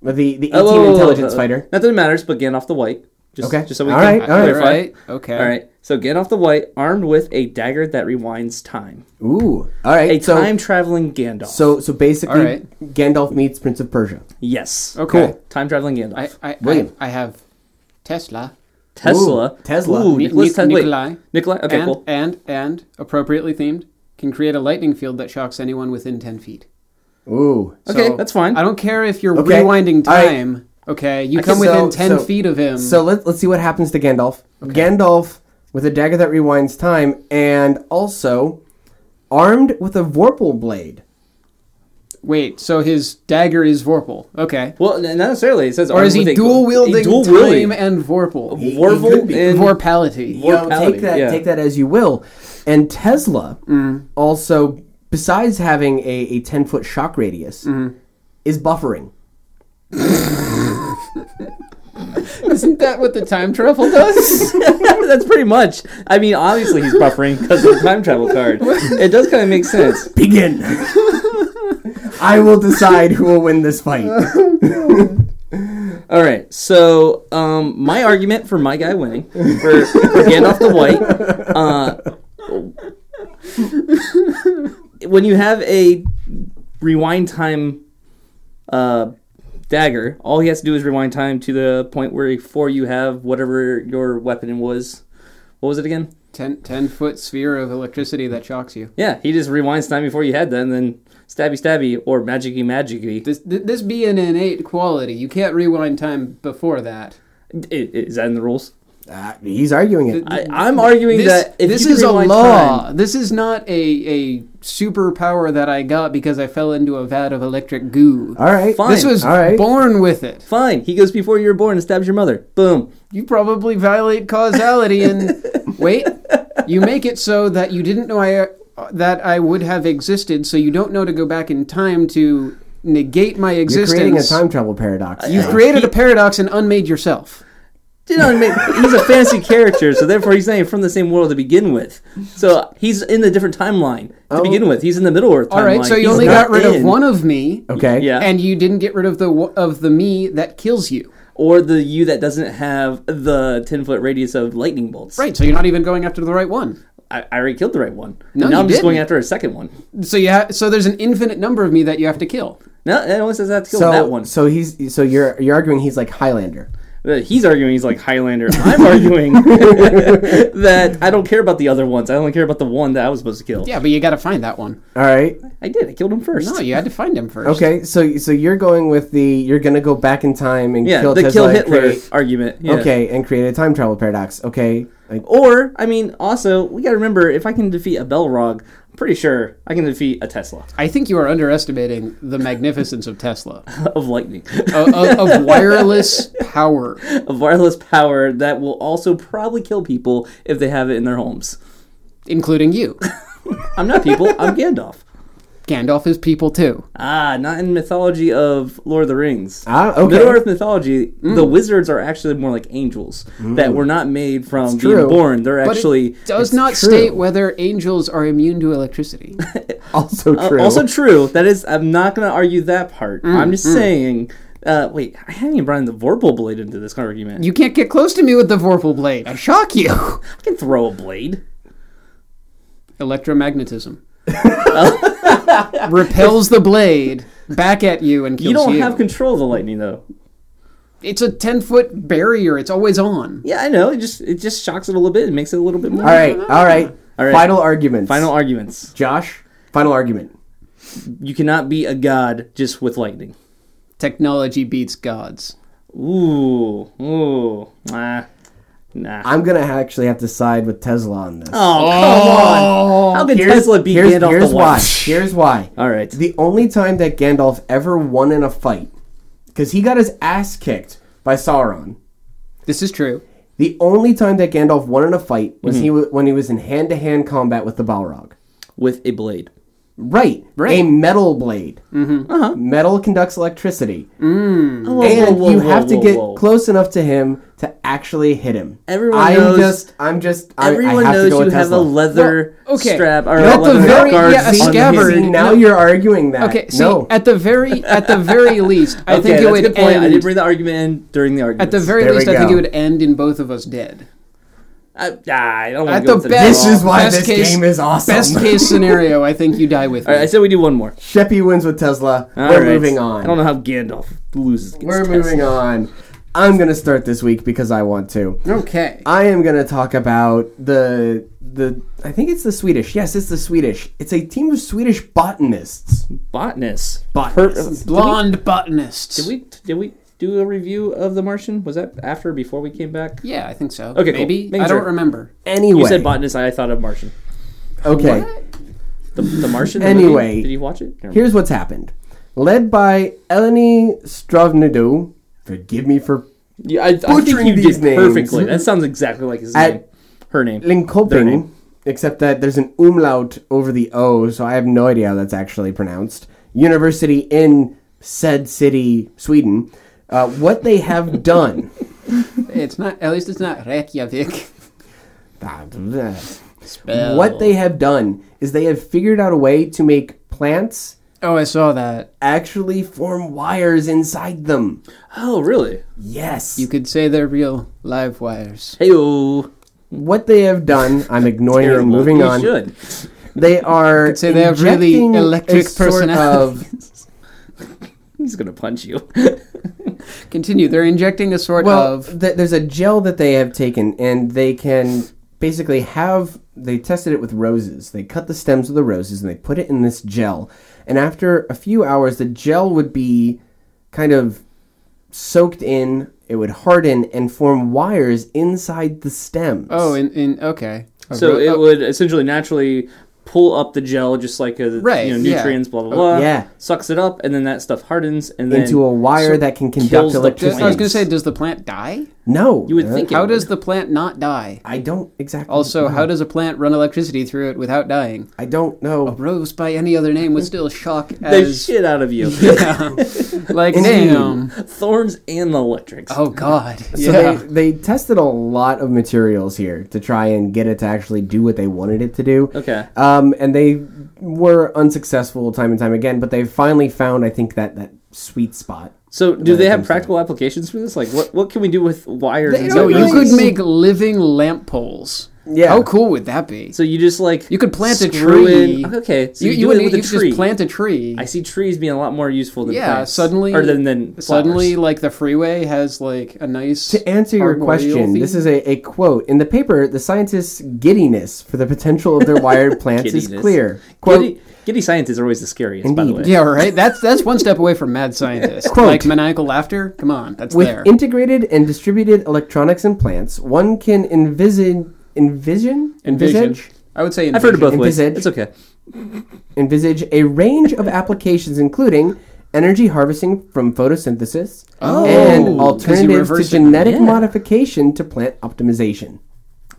Speaker 3: uh, the the 18
Speaker 1: Oh, whoa, whoa, whoa,
Speaker 3: intelligence
Speaker 1: uh,
Speaker 3: fighter.
Speaker 1: Not that it matters, but Gandalf the White. Just,
Speaker 3: Okay.
Speaker 1: Just so we
Speaker 3: All
Speaker 1: can
Speaker 3: right, all
Speaker 2: All
Speaker 1: clarify.
Speaker 2: right. Okay.
Speaker 1: All right. So Gandalf the White, armed with a dagger that rewinds time,
Speaker 3: Ooh, all right.
Speaker 1: a
Speaker 3: so
Speaker 1: time traveling Gandalf.
Speaker 3: so so basically,
Speaker 2: All right.
Speaker 3: Gandalf meets Prince of Persia.
Speaker 1: yes.
Speaker 2: Okay. Cool.
Speaker 1: Time traveling Gandalf.
Speaker 2: I, I, I,
Speaker 3: William.
Speaker 2: I have Tesla.
Speaker 1: Tesla.
Speaker 3: Ooh, Tesla.
Speaker 1: Ooh,
Speaker 2: Ni-
Speaker 1: Nicholas
Speaker 2: Nic-
Speaker 1: Tesla. Wait,
Speaker 2: Nikolai.
Speaker 1: Nikolai. Okay,
Speaker 2: and,
Speaker 1: cool.
Speaker 2: and and appropriately themed can create a lightning field that shocks anyone within 10 feet
Speaker 3: Ooh,
Speaker 1: Okay,
Speaker 2: So,
Speaker 1: that's fine.
Speaker 2: i don't care if you're
Speaker 3: Okay.
Speaker 2: rewinding
Speaker 3: All right.
Speaker 2: time okay you
Speaker 3: I
Speaker 2: come
Speaker 3: can-
Speaker 2: within
Speaker 3: so-
Speaker 2: 10
Speaker 3: so-
Speaker 2: feet of him
Speaker 3: So let, let's see what happens to Gandalf. Gandalf with a dagger that rewinds time and also armed with a Vorpal blade.
Speaker 2: wait so his dagger is vorpal okay
Speaker 1: Well, n- not necessarily. It says
Speaker 2: or
Speaker 1: armed
Speaker 2: is
Speaker 1: with
Speaker 2: he
Speaker 1: a-
Speaker 2: dual
Speaker 1: a
Speaker 2: wielding
Speaker 1: dual
Speaker 2: time
Speaker 1: wielding.
Speaker 2: and vorpal
Speaker 1: Vorpal
Speaker 3: could be.
Speaker 1: and
Speaker 2: vorpality
Speaker 1: Vor-
Speaker 3: You know,
Speaker 1: Vorpality,
Speaker 3: take that,
Speaker 1: yeah.
Speaker 3: take that as you will. And Tesla
Speaker 1: Mm.
Speaker 3: also, besides having a, a ten foot shock radius,
Speaker 1: Mm-hmm.
Speaker 3: is buffering.
Speaker 2: isn't that what the time travel does
Speaker 1: That's pretty much. I mean, obviously he's buffering because of the time travel card. It does kind of make sense.
Speaker 3: Begin. I will decide who will win this fight.
Speaker 1: All right. So, um, my argument for my guy winning for, for Gandalf the White. Uh, when you have a rewind time uh, dagger, all he has to do is rewind time to the point where before you have whatever your weapon was. What was it again?
Speaker 2: 10, 10 foot sphere of electricity that shocks you
Speaker 1: Yeah, he just rewinds time before you had that, and then stabby stabby or magicy magicy.
Speaker 2: this, th- this being an innate quality you can't rewind time before that
Speaker 1: Is, that in the rules?
Speaker 3: Uh, he's arguing it.
Speaker 1: I, I'm arguing
Speaker 2: this,
Speaker 1: that if
Speaker 2: this
Speaker 1: you can
Speaker 2: is a
Speaker 1: rewind
Speaker 2: law.
Speaker 1: time-
Speaker 2: This is not a a superpower that I got because I fell into a vat of electric goo.
Speaker 3: All right.
Speaker 1: Fine.
Speaker 2: This was
Speaker 3: All right.
Speaker 2: born with it.
Speaker 1: fine. He goes before you were born and stabs your mother. Boom.
Speaker 2: You probably violate causality and wait. You make it so that you didn't know I uh, that I would have existed, so you don't know to go back in time to negate my
Speaker 3: You're
Speaker 2: existence.
Speaker 3: creating a time travel paradox.
Speaker 2: You've created a paradox and unmade yourself.
Speaker 1: You know what I mean? He's a fantasy character, so therefore he's not even from the same world to begin with. So he's in a different timeline to
Speaker 2: Oh.
Speaker 1: begin with. He's in the Middle Earth timeline.
Speaker 2: All right, so you
Speaker 1: He's
Speaker 2: only
Speaker 1: not
Speaker 2: got rid of
Speaker 1: in-
Speaker 2: one of me,
Speaker 3: okay.
Speaker 1: Yeah.
Speaker 2: and you didn't get rid of the wo- of the me that kills you.
Speaker 1: Or the you that doesn't have the 10 foot radius of lightning bolts.
Speaker 2: Right, so you're not even going after the right one.
Speaker 1: I, I already killed the right one.
Speaker 2: No,
Speaker 1: now
Speaker 2: you
Speaker 1: I'm just going
Speaker 2: didn't.
Speaker 1: after a second one.
Speaker 2: So you ha- so there's an infinite number of me that you have to kill.
Speaker 1: No, it only says I have to kill
Speaker 3: So
Speaker 1: that one.
Speaker 3: so he's so you're you're arguing he's like Highlander.
Speaker 1: Uh, He's arguing he's like Highlander. I'm arguing that I don't care about the other ones. I only care about the one that I was supposed to kill.
Speaker 2: Yeah, but you got to find that one.
Speaker 3: All right.
Speaker 1: I did. I killed him first.
Speaker 2: No, you had to find him first.
Speaker 3: Okay. So so you're going with the you're gonna go back in time and
Speaker 1: yeah,
Speaker 3: kill
Speaker 1: the
Speaker 3: Tesla
Speaker 1: kill
Speaker 3: and
Speaker 1: Hitler
Speaker 3: create-
Speaker 1: argument. yeah.
Speaker 3: Okay, and create a time travel paradox. Okay. Like,
Speaker 1: Or, I mean, also, we got to remember if I can defeat a Belrog, I'm pretty sure I can defeat a Tesla
Speaker 2: I think you are underestimating the magnificence of Tesla,
Speaker 1: of lightning,
Speaker 2: of, of, of wireless power.
Speaker 1: of wireless power that will also probably kill people if they have it in their homes.
Speaker 2: Including you.
Speaker 1: I'm not people, I'm Gandalf.
Speaker 2: Gandalf is people too.
Speaker 1: Ah, not in mythology of Lord of the Rings.
Speaker 3: Ah, okay. Mm.
Speaker 1: Middle Earth mythology, the wizards are actually more like angels that were not made from being
Speaker 3: true.
Speaker 1: born. They're
Speaker 2: But
Speaker 1: actually
Speaker 2: it does not
Speaker 3: true.
Speaker 2: state whether angels are immune to electricity.
Speaker 3: also true.
Speaker 1: Uh, also true. That is, I'm not going to argue that part. I'm just saying. Uh, wait, I haven't even brought in the Vorpal blade into this argument. You
Speaker 2: you can't get close to me with the Vorpal blade. I shock you.
Speaker 1: can throw a blade.
Speaker 2: Electromagnetism. repels the blade back at you and kills
Speaker 1: You don't have control of the lightning, though.
Speaker 2: It's a ten foot barrier. It's always on.
Speaker 1: Yeah, I know. It just it just shocks it a little bit and makes it a little bit more.
Speaker 3: all right. All right.
Speaker 1: All right.
Speaker 3: Final arguments.
Speaker 1: Final arguments.
Speaker 3: Josh. Final argument.
Speaker 1: You cannot be a god just with lightning.
Speaker 2: Technology beats gods.
Speaker 1: Ooh, ooh, nah, nah.
Speaker 3: I'm gonna ha- actually have to side with Tesla on this.
Speaker 1: Oh, come on! How could Tesla beat
Speaker 3: here's,
Speaker 1: Gandalf
Speaker 3: here's
Speaker 1: the
Speaker 3: why.
Speaker 1: White?
Speaker 3: Here's why.
Speaker 1: All right.
Speaker 3: The only time that Gandalf ever won in a fight, because he got his ass kicked by Sauron.
Speaker 2: This is true.
Speaker 3: The only time that Gandalf
Speaker 1: Mm-hmm.
Speaker 3: won in a fight was he wa when he was in hand to hand combat with the Balrog.
Speaker 1: With a blade.
Speaker 3: Right.
Speaker 1: Right.
Speaker 3: A metal blade.
Speaker 1: Uh-huh.
Speaker 3: Metal conducts electricity.
Speaker 1: Whoa,
Speaker 3: and
Speaker 1: whoa,
Speaker 3: you
Speaker 1: whoa,
Speaker 3: have to
Speaker 1: whoa,
Speaker 3: get
Speaker 1: whoa.
Speaker 3: close enough to him to actually hit him.
Speaker 1: Everyone
Speaker 3: I'm
Speaker 1: knows-
Speaker 3: just I'm just I-
Speaker 1: Everyone
Speaker 3: I have to
Speaker 1: knows
Speaker 3: go
Speaker 1: you
Speaker 3: with
Speaker 1: have a
Speaker 3: Tesla.
Speaker 1: leather
Speaker 2: Well, okay.
Speaker 1: strap or
Speaker 2: At
Speaker 1: a
Speaker 2: the
Speaker 1: leather
Speaker 2: very-
Speaker 1: guard
Speaker 2: yeah, a
Speaker 1: on him.
Speaker 2: scabbard.
Speaker 3: See, now
Speaker 2: No.
Speaker 3: you're arguing that.
Speaker 2: Okay, see,
Speaker 3: no.
Speaker 2: at the very at the very least, I
Speaker 1: Okay,
Speaker 2: think it
Speaker 1: that's
Speaker 2: would
Speaker 1: a good point.
Speaker 2: end.
Speaker 1: I did bring the argument in during the argument.
Speaker 2: at the very
Speaker 3: There we
Speaker 2: least, I think
Speaker 3: go.
Speaker 2: it would end in both of us dead.
Speaker 1: I, ah, I don't want
Speaker 2: At
Speaker 1: to go
Speaker 2: the
Speaker 1: to
Speaker 2: best-
Speaker 3: this is why
Speaker 2: best
Speaker 3: this
Speaker 2: case-
Speaker 3: game is awesome.
Speaker 2: Best case scenario, I think you die with me.
Speaker 1: All right, I said we do one more.
Speaker 3: Sheppy wins with Tesla.
Speaker 1: All
Speaker 3: We're
Speaker 1: right.
Speaker 3: moving
Speaker 1: I don't
Speaker 3: on.
Speaker 1: know how Gandalf loses. Against
Speaker 3: We're
Speaker 1: Tesla.
Speaker 3: moving on. I'm gonna start this week because I want to.
Speaker 2: Okay.
Speaker 3: I am going to talk about the the I think it's the Swedish. Yes, it's the Swedish. It's a team of Swedish botanists.
Speaker 1: Botanist.
Speaker 3: Botanists.
Speaker 1: Per- did,
Speaker 2: Blonde
Speaker 1: we, did
Speaker 2: botanists.
Speaker 1: we did we do a review of The Martian? Was that after or before we came back?
Speaker 2: Yeah, I think so.
Speaker 1: Okay, cool.
Speaker 2: maybe
Speaker 1: Making
Speaker 2: I don't
Speaker 1: sure.
Speaker 2: remember.
Speaker 3: Anyway,
Speaker 1: You said botanist. I thought of Martian.
Speaker 3: okay.
Speaker 1: The, the Martian. the
Speaker 3: Anyway.
Speaker 1: movie? did you watch it? Never mind.
Speaker 3: Here's what's happened. Led by Eleni Stravnadou, forgive me for
Speaker 1: Yeah, I, I think
Speaker 3: Butchering
Speaker 1: you
Speaker 3: these
Speaker 1: did
Speaker 3: names.
Speaker 1: perfectly. That sounds exactly like his
Speaker 3: At-
Speaker 1: name. Her name. Their
Speaker 3: Linkoping,
Speaker 1: name.
Speaker 3: except that there's an umlaut over the O, so I have no idea how that's actually pronounced. University in said city, Sweden. Uh, what they have done.
Speaker 2: It's not. At least it's not Reykjavik. Spell.
Speaker 3: What they have done is they have figured out a way to make plants
Speaker 2: Oh, I saw that.
Speaker 3: actually form wires inside them.
Speaker 1: Oh, really?
Speaker 3: Yes.
Speaker 2: You could say they're real live wires.
Speaker 1: Hey, you
Speaker 3: what they have done, I'm ignoring and moving on.
Speaker 1: should.
Speaker 3: They are
Speaker 2: say they have really
Speaker 3: injecting a
Speaker 2: electric
Speaker 3: sort
Speaker 2: personalities.
Speaker 3: of-
Speaker 1: He's gonna punch you.
Speaker 2: Continue. They're injecting a sort
Speaker 3: well,
Speaker 2: of.
Speaker 3: th- there's a gel that they have taken, and they can basically have. They tested it with roses. They cut the stems of the roses and they put it in this gel. And after a few hours, the gel would be kind of soaked in. It would harden and form wires inside the stems.
Speaker 2: Oh, in, in okay. A
Speaker 1: so
Speaker 2: ro-
Speaker 1: it
Speaker 2: oh,
Speaker 1: would essentially naturally pull up the gel, just like a,
Speaker 2: Right,
Speaker 1: you know,
Speaker 2: yeah.
Speaker 1: nutrients, blah blah blah.
Speaker 3: Oh, yeah.
Speaker 1: Sucks it up, and then that stuff hardens, and then
Speaker 3: into a wire that can
Speaker 1: kills
Speaker 3: conduct
Speaker 1: the
Speaker 2: does-
Speaker 3: electricity.
Speaker 2: I was gonna say, does the plant die?
Speaker 3: no.
Speaker 1: you would
Speaker 3: Uh,
Speaker 1: think. It
Speaker 2: How
Speaker 1: would.
Speaker 2: does the plant not die?
Speaker 3: I don't exactly.
Speaker 2: Also, how does a plant run electricity through it without dying?
Speaker 3: I don't know.
Speaker 2: Rose by any other name would still shock
Speaker 1: the
Speaker 2: as
Speaker 1: shit out of you? Um,
Speaker 2: yeah. like
Speaker 3: Indeed.
Speaker 2: damn.
Speaker 1: Thorns and the electrics.
Speaker 2: Oh god.
Speaker 3: So
Speaker 2: yeah.
Speaker 3: they, they tested a lot of materials here to try and get it to actually do what they wanted it to do.
Speaker 1: Okay.
Speaker 3: Um, and they were unsuccessful time and time again, but they finally found, I think, that, that sweet spot.
Speaker 1: So, do
Speaker 3: it
Speaker 1: they have
Speaker 3: comes to-
Speaker 1: practical applications for this? Like, what what can we do with wires?
Speaker 3: They
Speaker 1: and
Speaker 2: So
Speaker 3: don't
Speaker 1: stuff?
Speaker 2: you
Speaker 3: really-
Speaker 2: could make living lamp poles.
Speaker 3: Yeah.
Speaker 2: How cool would that be?
Speaker 1: So you just like
Speaker 2: You could plant a
Speaker 1: screw
Speaker 2: tree.
Speaker 1: in- Okay, so
Speaker 2: you,
Speaker 1: you,
Speaker 2: you
Speaker 1: do
Speaker 2: would
Speaker 1: it with
Speaker 2: you
Speaker 1: a
Speaker 2: could
Speaker 1: tree.
Speaker 2: just plant a tree.
Speaker 1: I see trees being a lot more useful than
Speaker 2: yeah,
Speaker 1: plants.
Speaker 2: suddenly
Speaker 1: or than than flowers.
Speaker 2: suddenly like the freeway has like a nice
Speaker 3: To answer your
Speaker 2: Arboreal
Speaker 3: question,
Speaker 2: theme?
Speaker 3: this is a, a quote. In the paper, the scientists' giddiness for the potential of their wired plants is
Speaker 1: Giddiness.
Speaker 3: clear. Quote,
Speaker 1: giddy, giddy scientists are always the scariest. By the way,
Speaker 3: Indeed.
Speaker 2: Yeah, right. That's that's one step away from mad scientist.
Speaker 3: Quote.
Speaker 2: like maniacal laughter. Come on, that's
Speaker 3: With
Speaker 2: there.
Speaker 3: integrated and distributed electronics in plants, one can envision... Envision?
Speaker 2: Envision.
Speaker 3: Envisage?
Speaker 2: I would say
Speaker 1: I've heard of both
Speaker 3: And
Speaker 1: ways.
Speaker 3: visage.
Speaker 1: It's okay.
Speaker 3: envisage a range of applications including energy harvesting from photosynthesis
Speaker 2: Oh, because
Speaker 3: and
Speaker 2: you
Speaker 3: alternatives to
Speaker 2: reverse it.
Speaker 3: genetic
Speaker 1: Yeah.
Speaker 3: modification to plant optimization.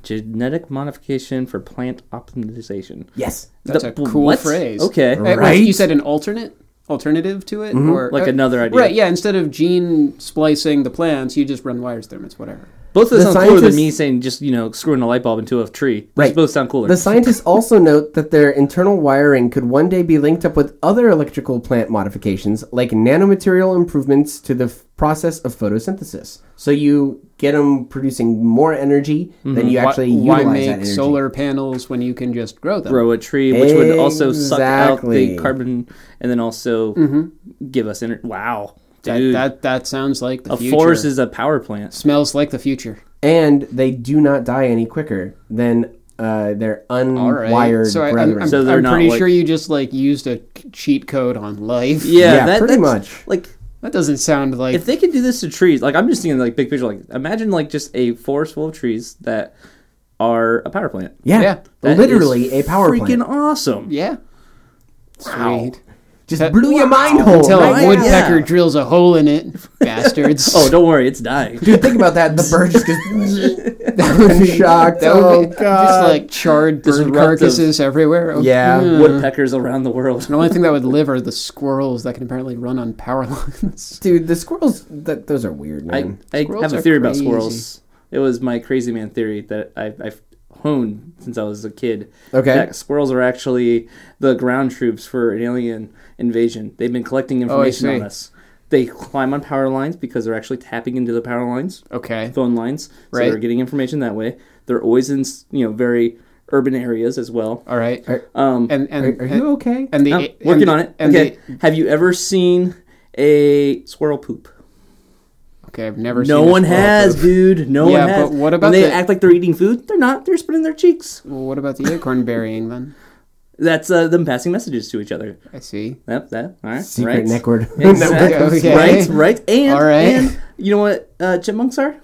Speaker 1: Genetic modification for plant optimization.
Speaker 3: Yes.
Speaker 2: That's
Speaker 1: The-
Speaker 2: a cool
Speaker 1: what?
Speaker 2: phrase.
Speaker 1: Okay.
Speaker 2: Uh, wait,
Speaker 3: Right? Mm-hmm.
Speaker 2: You said an alternate alternative to it, or
Speaker 1: Like
Speaker 2: uh,
Speaker 1: another idea.
Speaker 2: Right? Yeah. Instead of gene splicing the plants, you just run wires through them. It's whatever.
Speaker 1: Both of
Speaker 3: The
Speaker 1: those sound cooler than
Speaker 3: scientists-
Speaker 1: me saying just you know screwing a light bulb into a tree. Those
Speaker 3: Right.
Speaker 1: both sound cooler.
Speaker 3: The scientists also note that their internal wiring could one day be linked up with other electrical plant modifications like nanomaterial improvements to the f- process of photosynthesis. So you get them producing more energy than you actually
Speaker 2: Mm-hmm. why,
Speaker 3: utilize
Speaker 2: why
Speaker 3: that
Speaker 2: make
Speaker 3: energy.
Speaker 2: solar panels when you can just grow them?
Speaker 1: Grow a tree, which would also suck out
Speaker 3: Exactly. Mm-hmm.
Speaker 1: the carbon, and then also give us energy. Wow,
Speaker 2: That,
Speaker 1: dude,
Speaker 2: that that sounds like the
Speaker 1: a
Speaker 2: future.
Speaker 1: forest is a power plant.
Speaker 2: smells like the future.
Speaker 3: and they do not die any quicker than uh, their unwired
Speaker 2: So I, am
Speaker 3: brethren.
Speaker 1: So they're not
Speaker 2: pretty
Speaker 1: like-
Speaker 2: sure you just like used a cheat code on life.
Speaker 1: Yeah,
Speaker 3: Yeah,
Speaker 1: that,
Speaker 3: pretty
Speaker 1: that's-
Speaker 3: much.
Speaker 1: Like
Speaker 2: That doesn't sound like
Speaker 1: if they could do this to trees, like I'm just thinking like big picture. Like imagine like just a forest full of trees that are a power plant.
Speaker 3: yeah,
Speaker 2: Yeah.
Speaker 1: That is
Speaker 3: literally a power
Speaker 1: freaking
Speaker 3: plant.
Speaker 1: awesome.
Speaker 2: yeah.
Speaker 1: Wow.
Speaker 2: Sweet.
Speaker 3: Just
Speaker 2: That-
Speaker 3: blew your mind hole.
Speaker 2: Until
Speaker 3: right?
Speaker 2: a
Speaker 1: wood-
Speaker 3: Yeah.
Speaker 2: woodpecker drills a hole in it, bastards.
Speaker 1: Oh, don't worry, it's dying.
Speaker 3: Dude, think about that. The bird just goes. that would be shocked.
Speaker 2: That
Speaker 3: oh
Speaker 2: would be
Speaker 3: god.
Speaker 2: just like charred bird
Speaker 1: Disruptive.
Speaker 2: carcasses everywhere. Oh,
Speaker 3: Yeah.
Speaker 2: mm.
Speaker 1: Woodpeckers around the world.
Speaker 2: The only thing that would live are the squirrels that can apparently run on power lines.
Speaker 3: dude, the squirrels. Th- those are weird,
Speaker 1: I,
Speaker 3: man.
Speaker 1: I
Speaker 2: Squirrels
Speaker 1: have a
Speaker 2: are
Speaker 1: theory about
Speaker 2: crazy.
Speaker 1: squirrels. It was my crazy man theory that I, I've honed since I was a kid.
Speaker 3: okay.
Speaker 1: That squirrels are actually the ground troops for an alien invasion. They've been collecting
Speaker 2: Oh, I
Speaker 1: information on
Speaker 2: see.
Speaker 1: us. They climb on power lines because they're actually tapping into the power lines,
Speaker 2: Okay.
Speaker 1: phone lines. So
Speaker 2: Right.
Speaker 1: they're getting information that way. They're always in you know very urban areas as well.
Speaker 2: All right.
Speaker 1: Um,
Speaker 2: And and
Speaker 3: are, are you okay?
Speaker 2: and the
Speaker 1: I'm
Speaker 2: and
Speaker 1: working
Speaker 2: the-
Speaker 1: on it.
Speaker 2: And
Speaker 1: okay. Have you ever seen a squirrel poop?
Speaker 2: the, okay, I've never.
Speaker 1: No
Speaker 2: seen a
Speaker 1: one
Speaker 2: squirrel
Speaker 1: has,
Speaker 2: poop.
Speaker 1: dude. No
Speaker 2: Yeah,
Speaker 1: one has.
Speaker 2: but what about
Speaker 1: when they
Speaker 2: the-
Speaker 1: act like they're eating food? They're not. They're splitting their cheeks.
Speaker 2: Well, what about the acorn burying then?
Speaker 1: That's uh, them passing messages to each other.
Speaker 2: I see.
Speaker 1: Yep. That. All right.
Speaker 3: Secret
Speaker 1: right.
Speaker 3: neck word.
Speaker 1: Exactly.
Speaker 2: Okay.
Speaker 1: Right. Right. And,
Speaker 2: All right. Hmm.
Speaker 1: and you know what uh, chipmunks are?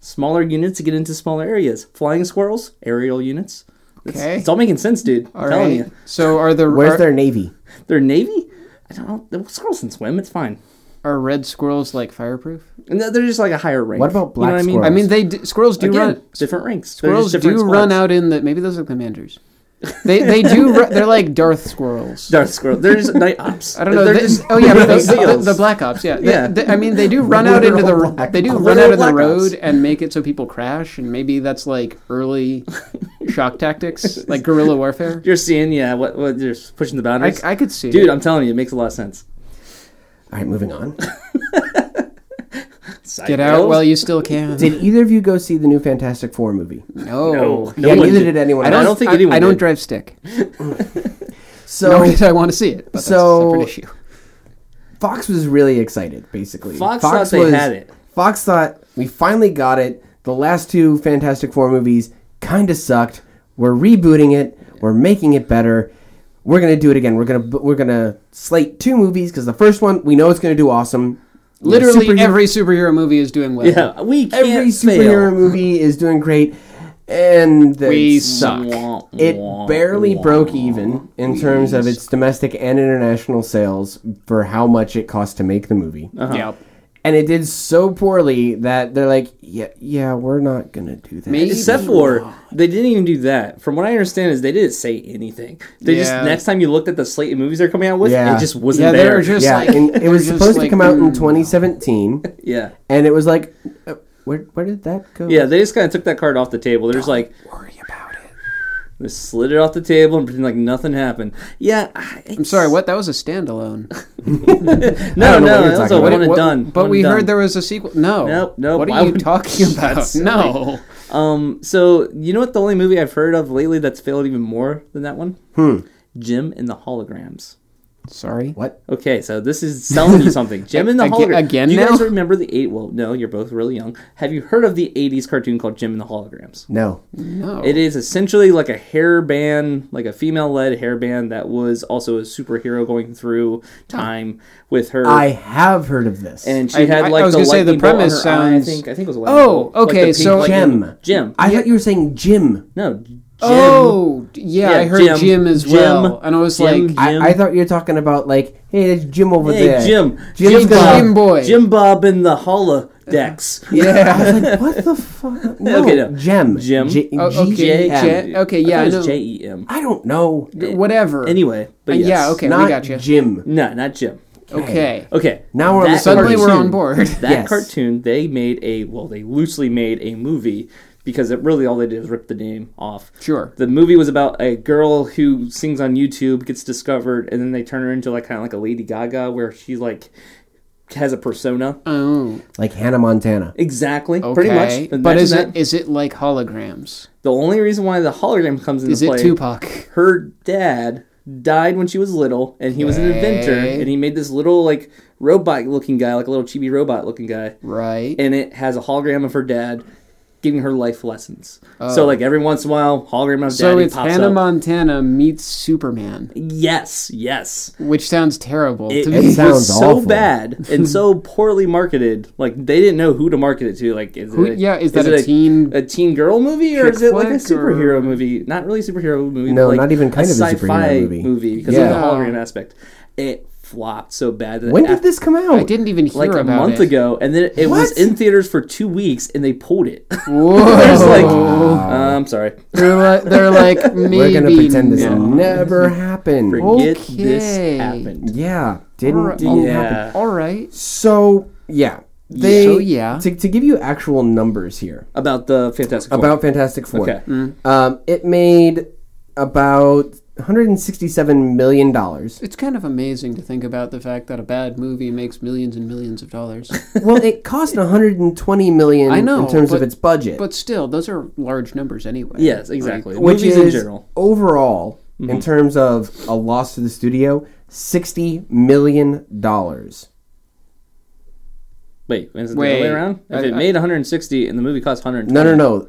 Speaker 1: Smaller units to get into smaller areas. Flying squirrels, aerial units. It's,
Speaker 2: Okay.
Speaker 1: it's all making sense, dude. I'm
Speaker 2: All right.
Speaker 1: telling you.
Speaker 2: So are the
Speaker 3: Where's
Speaker 2: are,
Speaker 3: their navy?
Speaker 1: They're navy. I don't know. The squirrels can swim. It's fine.
Speaker 2: are red squirrels like fireproof?
Speaker 1: And they're they're just like a higher rank.
Speaker 3: What about black
Speaker 1: I mean?
Speaker 3: squirrels?
Speaker 2: I mean, they d- squirrels do
Speaker 1: Again,
Speaker 2: run.
Speaker 1: different ranks. They're
Speaker 2: Squirrels
Speaker 1: just
Speaker 2: do
Speaker 1: different
Speaker 2: run
Speaker 1: squads.
Speaker 2: out in the. Maybe those are the manders. They they do. ru- they're like Darth squirrels.
Speaker 1: Darth squirrel. They're just night ops.
Speaker 2: I don't know.
Speaker 1: They're
Speaker 2: They-
Speaker 1: just
Speaker 2: oh yeah, but the, the,
Speaker 1: seals.
Speaker 2: the black ops. Yeah, They-
Speaker 1: Yeah.
Speaker 2: they- I mean, they do run out into the
Speaker 3: Literal black
Speaker 2: they do
Speaker 3: ops.
Speaker 2: run out
Speaker 1: Literal
Speaker 2: of
Speaker 1: black
Speaker 2: the
Speaker 1: ops.
Speaker 2: road and make it so people crash, and maybe that's like early shock tactics, like guerrilla warfare.
Speaker 1: You're seeing, yeah. What? What? You're just pushing the
Speaker 2: I,
Speaker 1: boundaries,
Speaker 2: I could see,
Speaker 1: dude.
Speaker 2: it.
Speaker 1: I'm telling you, it makes a lot of sense.
Speaker 3: All right, moving on.
Speaker 2: Get out while you still can.
Speaker 3: Did either of you go see the new Fantastic Four movie?
Speaker 2: No,
Speaker 1: No, no
Speaker 3: yeah,
Speaker 1: one
Speaker 3: neither
Speaker 1: did.
Speaker 3: did anyone.
Speaker 1: I
Speaker 3: else.
Speaker 1: don't think
Speaker 2: I,
Speaker 1: anyone
Speaker 2: I don't
Speaker 1: did.
Speaker 2: drive stick.
Speaker 3: so.
Speaker 2: Nor did I want to see it. But that's
Speaker 3: so-
Speaker 2: a separate issue.
Speaker 3: Fox was really excited, basically.
Speaker 1: Fox thought they had it.
Speaker 3: Fox thought we finally got it. The last two Fantastic Four movies kind of sucked. We're rebooting it. We're making it better. We're gonna do it again. We're gonna bu- we're gonna slate two movies because the first one we know it's gonna do awesome. You know,
Speaker 2: Literally
Speaker 3: superhero-
Speaker 2: every superhero movie is doing well.
Speaker 1: Yeah, we can't
Speaker 3: every superhero movie is doing great, and the-
Speaker 2: We
Speaker 3: it's-
Speaker 2: suck.
Speaker 3: It barely broke even in terms of its domestic and international sales for how much it cost to make the movie.
Speaker 1: Uh-huh.
Speaker 2: Yep.
Speaker 3: And it did so poorly that they're like, yeah, yeah, we're not gonna do that.
Speaker 2: Maybe.
Speaker 1: Except for they didn't even do that. From what I understand, is they didn't say anything. They
Speaker 2: Yeah.
Speaker 1: just next time you looked at the slate of movies they're coming out with,
Speaker 3: Yeah.
Speaker 1: it just wasn't
Speaker 2: Yeah, they
Speaker 1: there.
Speaker 2: were just
Speaker 3: yeah,
Speaker 2: like
Speaker 3: and it was
Speaker 2: they're just
Speaker 3: supposed to
Speaker 2: like,
Speaker 3: come out in
Speaker 2: mm.
Speaker 3: 2017,
Speaker 1: yeah,
Speaker 3: and it was like, uh, where where did that go?
Speaker 1: yeah. They just kind of took that card off the table. They're just like
Speaker 2: Worry about it.
Speaker 1: they slid it off the table and pretend like nothing happened. Yeah,
Speaker 2: I'm sorry. What? That was a standalone.
Speaker 1: No,
Speaker 3: don't know what
Speaker 1: no,
Speaker 3: you're
Speaker 1: that was
Speaker 3: talking
Speaker 1: a
Speaker 3: about.
Speaker 1: one
Speaker 2: What-
Speaker 1: and
Speaker 2: what-
Speaker 1: done.
Speaker 2: But
Speaker 1: one
Speaker 2: we
Speaker 1: and done.
Speaker 2: heard there was a sequel. No.
Speaker 1: Nope, nope,
Speaker 2: What
Speaker 1: why
Speaker 2: are you
Speaker 1: would-
Speaker 2: talking about?
Speaker 1: That's
Speaker 2: No.
Speaker 1: Um, so you know what? The only movie I've heard of lately that's failed even more than that one. Hmm. Jim and the Holograms.
Speaker 2: Sorry.
Speaker 3: What?
Speaker 1: Okay, so this is selling you something. Jim and the
Speaker 2: Aga-
Speaker 1: Holograms.
Speaker 2: again
Speaker 1: Do you guys
Speaker 2: now?
Speaker 1: remember the eight? Well, no, you're both really young. Have you heard of the '80s cartoon called Jim and the Holograms?
Speaker 3: No.
Speaker 2: No.
Speaker 1: It is essentially like a hair band, like a female-led hair band that was also a superhero going through time with her.
Speaker 3: I have heard of this.
Speaker 1: and she
Speaker 2: I-
Speaker 1: had
Speaker 2: I-
Speaker 1: like
Speaker 2: I was
Speaker 1: the
Speaker 2: gonna say, the
Speaker 1: lightning bolt on
Speaker 2: premise
Speaker 1: her eye, I
Speaker 2: sounds-
Speaker 1: think I think it was a
Speaker 2: Oh,
Speaker 1: lightning bolt. Like the
Speaker 2: okay,
Speaker 1: pink
Speaker 2: so-
Speaker 1: lightning-
Speaker 3: Jim,
Speaker 1: Jim,
Speaker 3: I thought you were saying Jim.
Speaker 1: no, Jim.
Speaker 2: Oh, yeah,
Speaker 1: Yeah,
Speaker 2: I heard
Speaker 1: Jim.
Speaker 2: Jim, as
Speaker 1: Jim.
Speaker 2: well, and I was
Speaker 1: Jim.
Speaker 2: like,
Speaker 3: I,
Speaker 1: Jim.
Speaker 3: I thought you were talking about like, hey, there's Jim over
Speaker 1: Hey,
Speaker 3: there.
Speaker 1: Jim.
Speaker 3: Jim's
Speaker 2: Jim
Speaker 3: gonna-
Speaker 2: Bob. boy.
Speaker 1: Jim Bob in the holodex.
Speaker 3: Yeah. I was like, what the fuck? No,
Speaker 1: Okay, no.
Speaker 3: Gem.
Speaker 1: Jim.
Speaker 3: J-
Speaker 2: Oh, okay,
Speaker 3: G-E-M.
Speaker 2: J- okay,
Speaker 1: E I
Speaker 2: yeah,
Speaker 1: thought
Speaker 2: I
Speaker 1: it
Speaker 2: know.
Speaker 1: was J E M.
Speaker 3: I don't know.
Speaker 2: whatever.
Speaker 1: Anyway, but
Speaker 2: Uh,
Speaker 1: yes.
Speaker 2: yeah, okay,
Speaker 3: Not
Speaker 2: we got you.
Speaker 3: Jim.
Speaker 1: No, not Jim.
Speaker 2: Okay.
Speaker 1: Okay.
Speaker 3: Now we're on
Speaker 1: That
Speaker 3: the
Speaker 2: Suddenly
Speaker 3: cartoon.
Speaker 2: we're on board.
Speaker 1: That
Speaker 3: Yes.
Speaker 1: cartoon, they made a well, they loosely made a movie because it really all they did was rip the name off.
Speaker 2: Sure.
Speaker 1: The movie was about a girl who sings on YouTube, gets discovered, and then they turn her into like kind of like a Lady Gaga, where she like has a persona.
Speaker 2: Oh,
Speaker 3: Like Hannah Montana.
Speaker 1: Exactly,
Speaker 2: okay.
Speaker 1: pretty much.
Speaker 2: but
Speaker 1: Imagine
Speaker 2: is
Speaker 1: that.
Speaker 2: it is it like holograms?
Speaker 1: the only reason why the hologram comes into
Speaker 2: Is
Speaker 1: play
Speaker 2: it Tupac?
Speaker 1: her dad died when she was little and he was an inventor
Speaker 2: Okay.
Speaker 1: and he made this little like robot looking guy like a little chibi robot looking guy
Speaker 2: Right.
Speaker 1: and it has a hologram of her dad giving her life lessons so like every once in a while hologram of
Speaker 2: Oh. so
Speaker 1: daddy
Speaker 2: it's
Speaker 1: pops
Speaker 2: Hannah
Speaker 1: up
Speaker 2: Montana meets Superman,
Speaker 1: yes yes
Speaker 2: which sounds terrible
Speaker 1: it,
Speaker 2: to
Speaker 1: it
Speaker 2: me.
Speaker 3: sounds
Speaker 1: was so
Speaker 3: awful.
Speaker 1: bad and so poorly marketed like they didn't know who to market it to like is
Speaker 2: Who-
Speaker 1: it a-
Speaker 2: yeah, is that a
Speaker 1: it
Speaker 2: teen
Speaker 1: a teen girl movie or
Speaker 2: chick
Speaker 1: is it like a
Speaker 2: flick or-
Speaker 1: superhero movie? Not really superhero movie.
Speaker 3: No,
Speaker 1: but like
Speaker 3: not even kind of a superhero
Speaker 1: sci-fi
Speaker 3: movie.
Speaker 1: movie because
Speaker 3: Yeah.
Speaker 1: of the hologram aspect. it flopped so bad. That
Speaker 3: When did
Speaker 1: after-
Speaker 3: this come out?
Speaker 2: I didn't even hear
Speaker 1: Oh, Like a
Speaker 2: about
Speaker 1: month
Speaker 2: it.
Speaker 1: ago, and then it was
Speaker 3: What?
Speaker 1: in theaters for two weeks, and they pulled it. I was
Speaker 2: Whoa.
Speaker 1: like, uh, I'm sorry.
Speaker 2: they're like, they're like maybe
Speaker 3: We're gonna pretend this
Speaker 2: not.
Speaker 3: never happened.
Speaker 1: Forget this
Speaker 2: Okay.
Speaker 1: happened.
Speaker 3: Yeah,
Speaker 2: All
Speaker 3: didn't
Speaker 2: right,
Speaker 3: didn't
Speaker 1: Oh, Yeah.
Speaker 3: happen.
Speaker 2: All right.
Speaker 3: So yeah, they
Speaker 2: So, yeah.
Speaker 3: to to give you actual numbers here
Speaker 1: About the Fantastic Four.
Speaker 3: about Fantastic Four.
Speaker 1: Okay.
Speaker 3: Um, it made about 167 million dollars.
Speaker 2: It's kind of amazing to think about the fact that a bad movie makes millions and millions of dollars.
Speaker 3: well, it cost 120 million
Speaker 2: I know,
Speaker 3: in terms of
Speaker 2: but-
Speaker 3: its budget.
Speaker 2: but still, those are large numbers anyway.
Speaker 1: Yes, exactly.
Speaker 2: Like, oh,
Speaker 3: which
Speaker 1: Movies
Speaker 3: is
Speaker 1: in general.
Speaker 3: overall in terms of a loss to the studio 60 million dollars
Speaker 1: Wait, is it the
Speaker 2: Wait.
Speaker 1: other way around? If
Speaker 2: I-
Speaker 1: it
Speaker 2: I-
Speaker 1: made 160 and the movie cost 120.
Speaker 3: no no no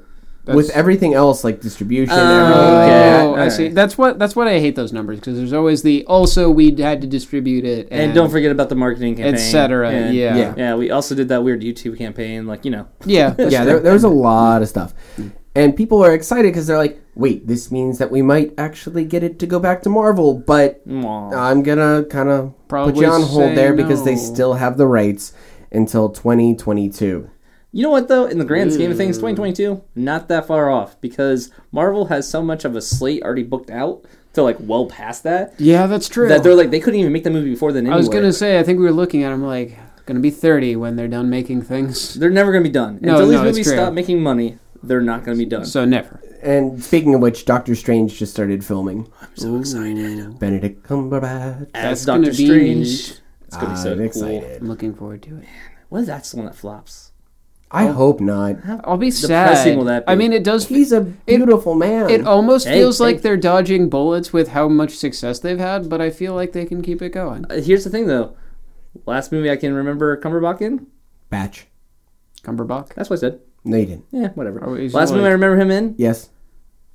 Speaker 3: with
Speaker 2: That's-
Speaker 3: everything else like distribution and
Speaker 1: Oh,
Speaker 3: everything like
Speaker 1: okay.
Speaker 3: that
Speaker 2: Oh, I see.
Speaker 1: Alright.
Speaker 2: That's what that's what I hate those numbers because there's always the also we had to distribute it and,
Speaker 1: And, don't forget about the marketing campaign,
Speaker 2: et cetera,
Speaker 1: And-
Speaker 2: yeah.
Speaker 3: Yeah.
Speaker 1: yeah. We also did that weird YouTube campaign, like you know,
Speaker 2: yeah that's
Speaker 3: yeah
Speaker 2: true.
Speaker 3: there, there was a lot of stuff and people are excited because they're like wait this means that we might actually get it to go back to marvel but
Speaker 2: Uh,
Speaker 1: mwah.
Speaker 3: i'm gonna kind of put
Speaker 2: Probably
Speaker 3: you on hold
Speaker 2: say
Speaker 3: there because they
Speaker 2: no.
Speaker 3: still have the rights until 2022
Speaker 1: you know what though? In the grand scheme of things, 2022 not that far off because Marvel has so much of a slate already booked out to like well past that
Speaker 2: yeah that's true.
Speaker 1: that they're like they couldn't even make the movie before then. Anyway.
Speaker 2: I was gonna say I think we were looking at them like gonna be thirty when they're done making things,
Speaker 1: they're never gonna be done
Speaker 2: No,
Speaker 1: until these
Speaker 2: no, it's
Speaker 1: movies
Speaker 2: true.
Speaker 1: stop making money. They're not gonna be done.
Speaker 2: so never.
Speaker 3: and speaking of which doctor strange just started filming
Speaker 1: so excited.
Speaker 3: benedict cumberbatch
Speaker 1: As
Speaker 2: That's gonna
Speaker 1: Doctor
Speaker 2: be
Speaker 1: Strange,
Speaker 2: neat.
Speaker 1: it's gonna be so
Speaker 3: Ah, I'm
Speaker 1: cool.
Speaker 2: I'm looking forward to it.
Speaker 1: What if that's the one that flops?
Speaker 3: I hope not.
Speaker 2: I'll be
Speaker 1: Depressing
Speaker 2: sad.
Speaker 1: will that
Speaker 2: I
Speaker 1: be?
Speaker 2: mean, it does.
Speaker 3: He's a beautiful man.
Speaker 2: it almost
Speaker 1: Hey,
Speaker 2: feels like
Speaker 1: hey.
Speaker 2: they're dodging bullets with how much success they've had, but I feel like they can keep it going.
Speaker 1: Uh, Here's the thing though. Last movie I can remember Cumberbatch in.
Speaker 3: Batch.
Speaker 2: Cumberbatch.
Speaker 1: That's what I said.
Speaker 3: No, you didn't.
Speaker 1: Yeah, whatever.
Speaker 2: Oh, he's
Speaker 1: Last
Speaker 2: like-
Speaker 1: movie I remember him in,
Speaker 3: Yes.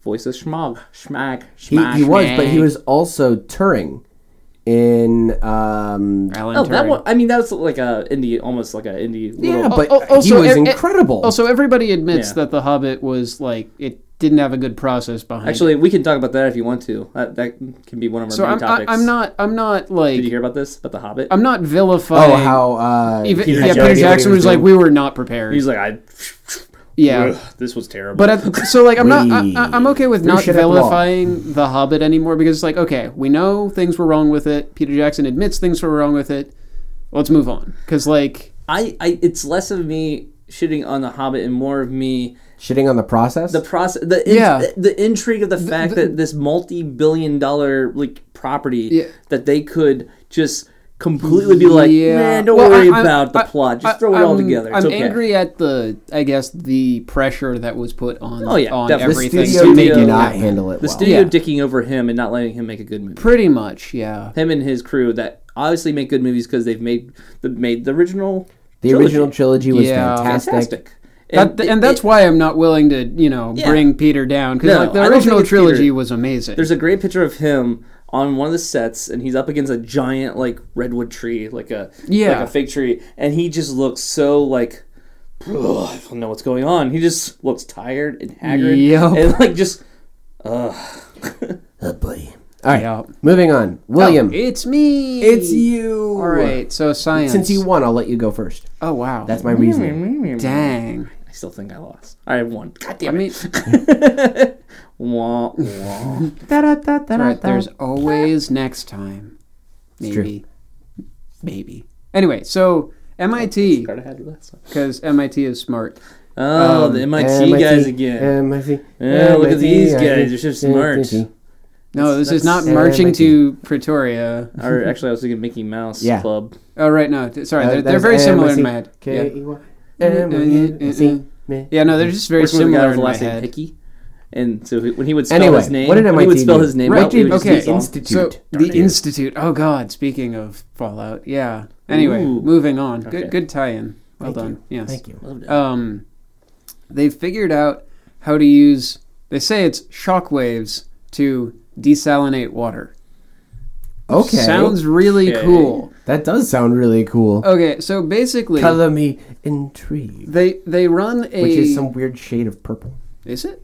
Speaker 1: voice of Schmog, Schmag,
Speaker 3: He,
Speaker 1: Schmag.
Speaker 3: he was, but he
Speaker 2: Schmack.
Speaker 3: was also touring in. Um,
Speaker 2: Alan
Speaker 1: Oh,
Speaker 2: Turing.
Speaker 1: that one. I mean, that was like a indie, almost like a indie.
Speaker 3: yeah,
Speaker 1: little,
Speaker 3: but
Speaker 2: oh, oh,
Speaker 3: he
Speaker 2: so
Speaker 3: was
Speaker 2: e- e-
Speaker 3: incredible.
Speaker 1: Oh,
Speaker 2: Also, everybody admits
Speaker 1: Yeah.
Speaker 2: that The Hobbit was like it didn't have a good process behind.
Speaker 1: Actually, we can talk about that if you want to. That, that can be one of our
Speaker 2: it. so
Speaker 1: main
Speaker 2: I'm I,
Speaker 1: topics.
Speaker 2: I'm not I'm not
Speaker 1: Did you
Speaker 2: like
Speaker 1: hear about this? About the Hobbit?
Speaker 2: I'm not vilifying.
Speaker 3: oh, how uh,
Speaker 2: even,
Speaker 1: Peter
Speaker 2: yeah,
Speaker 1: Jackson
Speaker 2: Peter
Speaker 1: did what he
Speaker 2: Jackson
Speaker 3: was
Speaker 2: was like
Speaker 3: doing.
Speaker 2: we were not prepared.
Speaker 1: He's like, I.
Speaker 2: yeah.
Speaker 1: ugh, this was terrible.
Speaker 2: But at, so like I'm not I,
Speaker 3: We
Speaker 2: I- I'm okay with
Speaker 3: threw
Speaker 2: not
Speaker 3: shit at the wall.
Speaker 2: vilifying the Hobbit anymore because it's like okay we know things were wrong with it. Peter Jackson admits things were wrong with it. Let's move on because like
Speaker 1: I, I, it's less of me shitting on the Hobbit and more of me
Speaker 3: shitting on the process.
Speaker 1: the process, the in,
Speaker 2: Yeah.
Speaker 1: the intrigue of the fact that this multi-billion-dollar like property
Speaker 2: Yeah.
Speaker 1: that they could just completely be like,
Speaker 2: Yeah.
Speaker 1: man, don't
Speaker 2: Well,
Speaker 1: worry
Speaker 2: I- I-
Speaker 1: about the
Speaker 2: I-
Speaker 1: plot, just
Speaker 2: I-
Speaker 1: throw it all
Speaker 2: I'm-
Speaker 1: together. It's
Speaker 2: I'm
Speaker 1: okay.
Speaker 2: angry at the, I guess, the pressure that was put on,
Speaker 1: Oh, yeah,
Speaker 2: on
Speaker 1: definitely.
Speaker 3: the
Speaker 2: everything
Speaker 1: The
Speaker 3: studio
Speaker 2: to make
Speaker 1: studio-
Speaker 2: it
Speaker 3: did not
Speaker 2: happen.
Speaker 3: handle it
Speaker 1: The
Speaker 3: well.
Speaker 1: studio
Speaker 2: Yeah.
Speaker 1: dicking over him and not letting him make a good movie.
Speaker 2: Pretty much, yeah.
Speaker 1: Him and his crew that obviously make good movies because they've made the made the original.
Speaker 3: the
Speaker 1: trilogy.
Speaker 3: original trilogy was
Speaker 2: Yeah.
Speaker 3: fantastic.
Speaker 1: fantastic.
Speaker 2: That, and
Speaker 1: it-
Speaker 2: that's
Speaker 1: it-
Speaker 2: why I'm not willing to, you know,
Speaker 1: Yeah.
Speaker 2: bring Peter down because
Speaker 1: No,
Speaker 2: like
Speaker 1: I
Speaker 2: the
Speaker 1: don't
Speaker 2: original
Speaker 1: think it's
Speaker 2: trilogy
Speaker 1: Peter.
Speaker 2: was amazing.
Speaker 1: there's a great picture of him on one of the sets and he's up against a giant like redwood tree, like a
Speaker 2: Yeah.
Speaker 1: like a fig tree, and he just looks so like "Ugh, I don't know what's going on. He just looks tired and haggard
Speaker 2: Yup.
Speaker 1: and like just ugh.
Speaker 3: Oh, boy. All right,
Speaker 2: Yeah.
Speaker 3: moving
Speaker 1: Oh,
Speaker 3: on. William,
Speaker 2: it's me.
Speaker 3: it's you.
Speaker 2: All right, so science.
Speaker 3: Since you won, I'll let you go first.
Speaker 2: oh wow,
Speaker 3: That's
Speaker 1: Hmm.
Speaker 3: my reasoning.
Speaker 2: dang.
Speaker 1: I still think I lost. I have one. God
Speaker 2: I
Speaker 1: damn it.
Speaker 2: mean,
Speaker 1: Wah, wah.
Speaker 2: right, there's always next time.
Speaker 3: true.
Speaker 2: Maybe, maybe. Anyway, so
Speaker 1: Oh,
Speaker 2: MIT
Speaker 1: Gotta have it last time.
Speaker 2: because MIT is smart. Um,
Speaker 1: Oh, the
Speaker 3: Um,
Speaker 1: MIT, guys again.
Speaker 3: MIT.
Speaker 1: Yeah, look at these guys. They're so smart.
Speaker 2: No, this is not
Speaker 3: that's-
Speaker 2: marching
Speaker 3: MIT.
Speaker 2: to Pretoria.
Speaker 1: or actually, I was thinking Mickey Mouse
Speaker 3: Yeah.
Speaker 1: Club.
Speaker 2: Oh, right, no. t-
Speaker 3: Uh,
Speaker 2: Sorry, they're, they're very
Speaker 3: E.
Speaker 2: similar in my head. Yeah.
Speaker 3: head.
Speaker 2: yeah, no, they're just very
Speaker 1: Which one of the guy
Speaker 2: similar
Speaker 1: with the
Speaker 2: in my
Speaker 1: last name
Speaker 2: head.
Speaker 1: Hickey? And so he- when he would spell
Speaker 3: Anyway,
Speaker 1: his name,
Speaker 3: what did
Speaker 1: when he would
Speaker 3: MIT
Speaker 1: spell
Speaker 3: do?
Speaker 1: his name
Speaker 2: Right,
Speaker 1: out, it
Speaker 2: dude,
Speaker 1: would just
Speaker 2: okay,
Speaker 1: be song.
Speaker 3: Institute.
Speaker 2: So,
Speaker 3: Darn
Speaker 2: the
Speaker 3: it.
Speaker 2: Institute. Oh, God, speaking of Fallout. Yeah. Anyway,
Speaker 1: Ooh.
Speaker 2: moving on.
Speaker 1: Okay.
Speaker 2: Good good tie in. Well
Speaker 3: Thank
Speaker 2: done.
Speaker 3: you.
Speaker 2: Yes.
Speaker 3: Thank you.
Speaker 1: Uh,
Speaker 2: Um, they've figured out how to use, they say it's shockwaves to desalinate water.
Speaker 3: Okay.
Speaker 2: Sounds really
Speaker 1: Okay.
Speaker 2: cool.
Speaker 3: that does sound really cool.
Speaker 2: Okay, so basically,
Speaker 3: Color me intrigued.
Speaker 2: they they run a.
Speaker 3: Which is some weird shade of purple.
Speaker 2: Is it?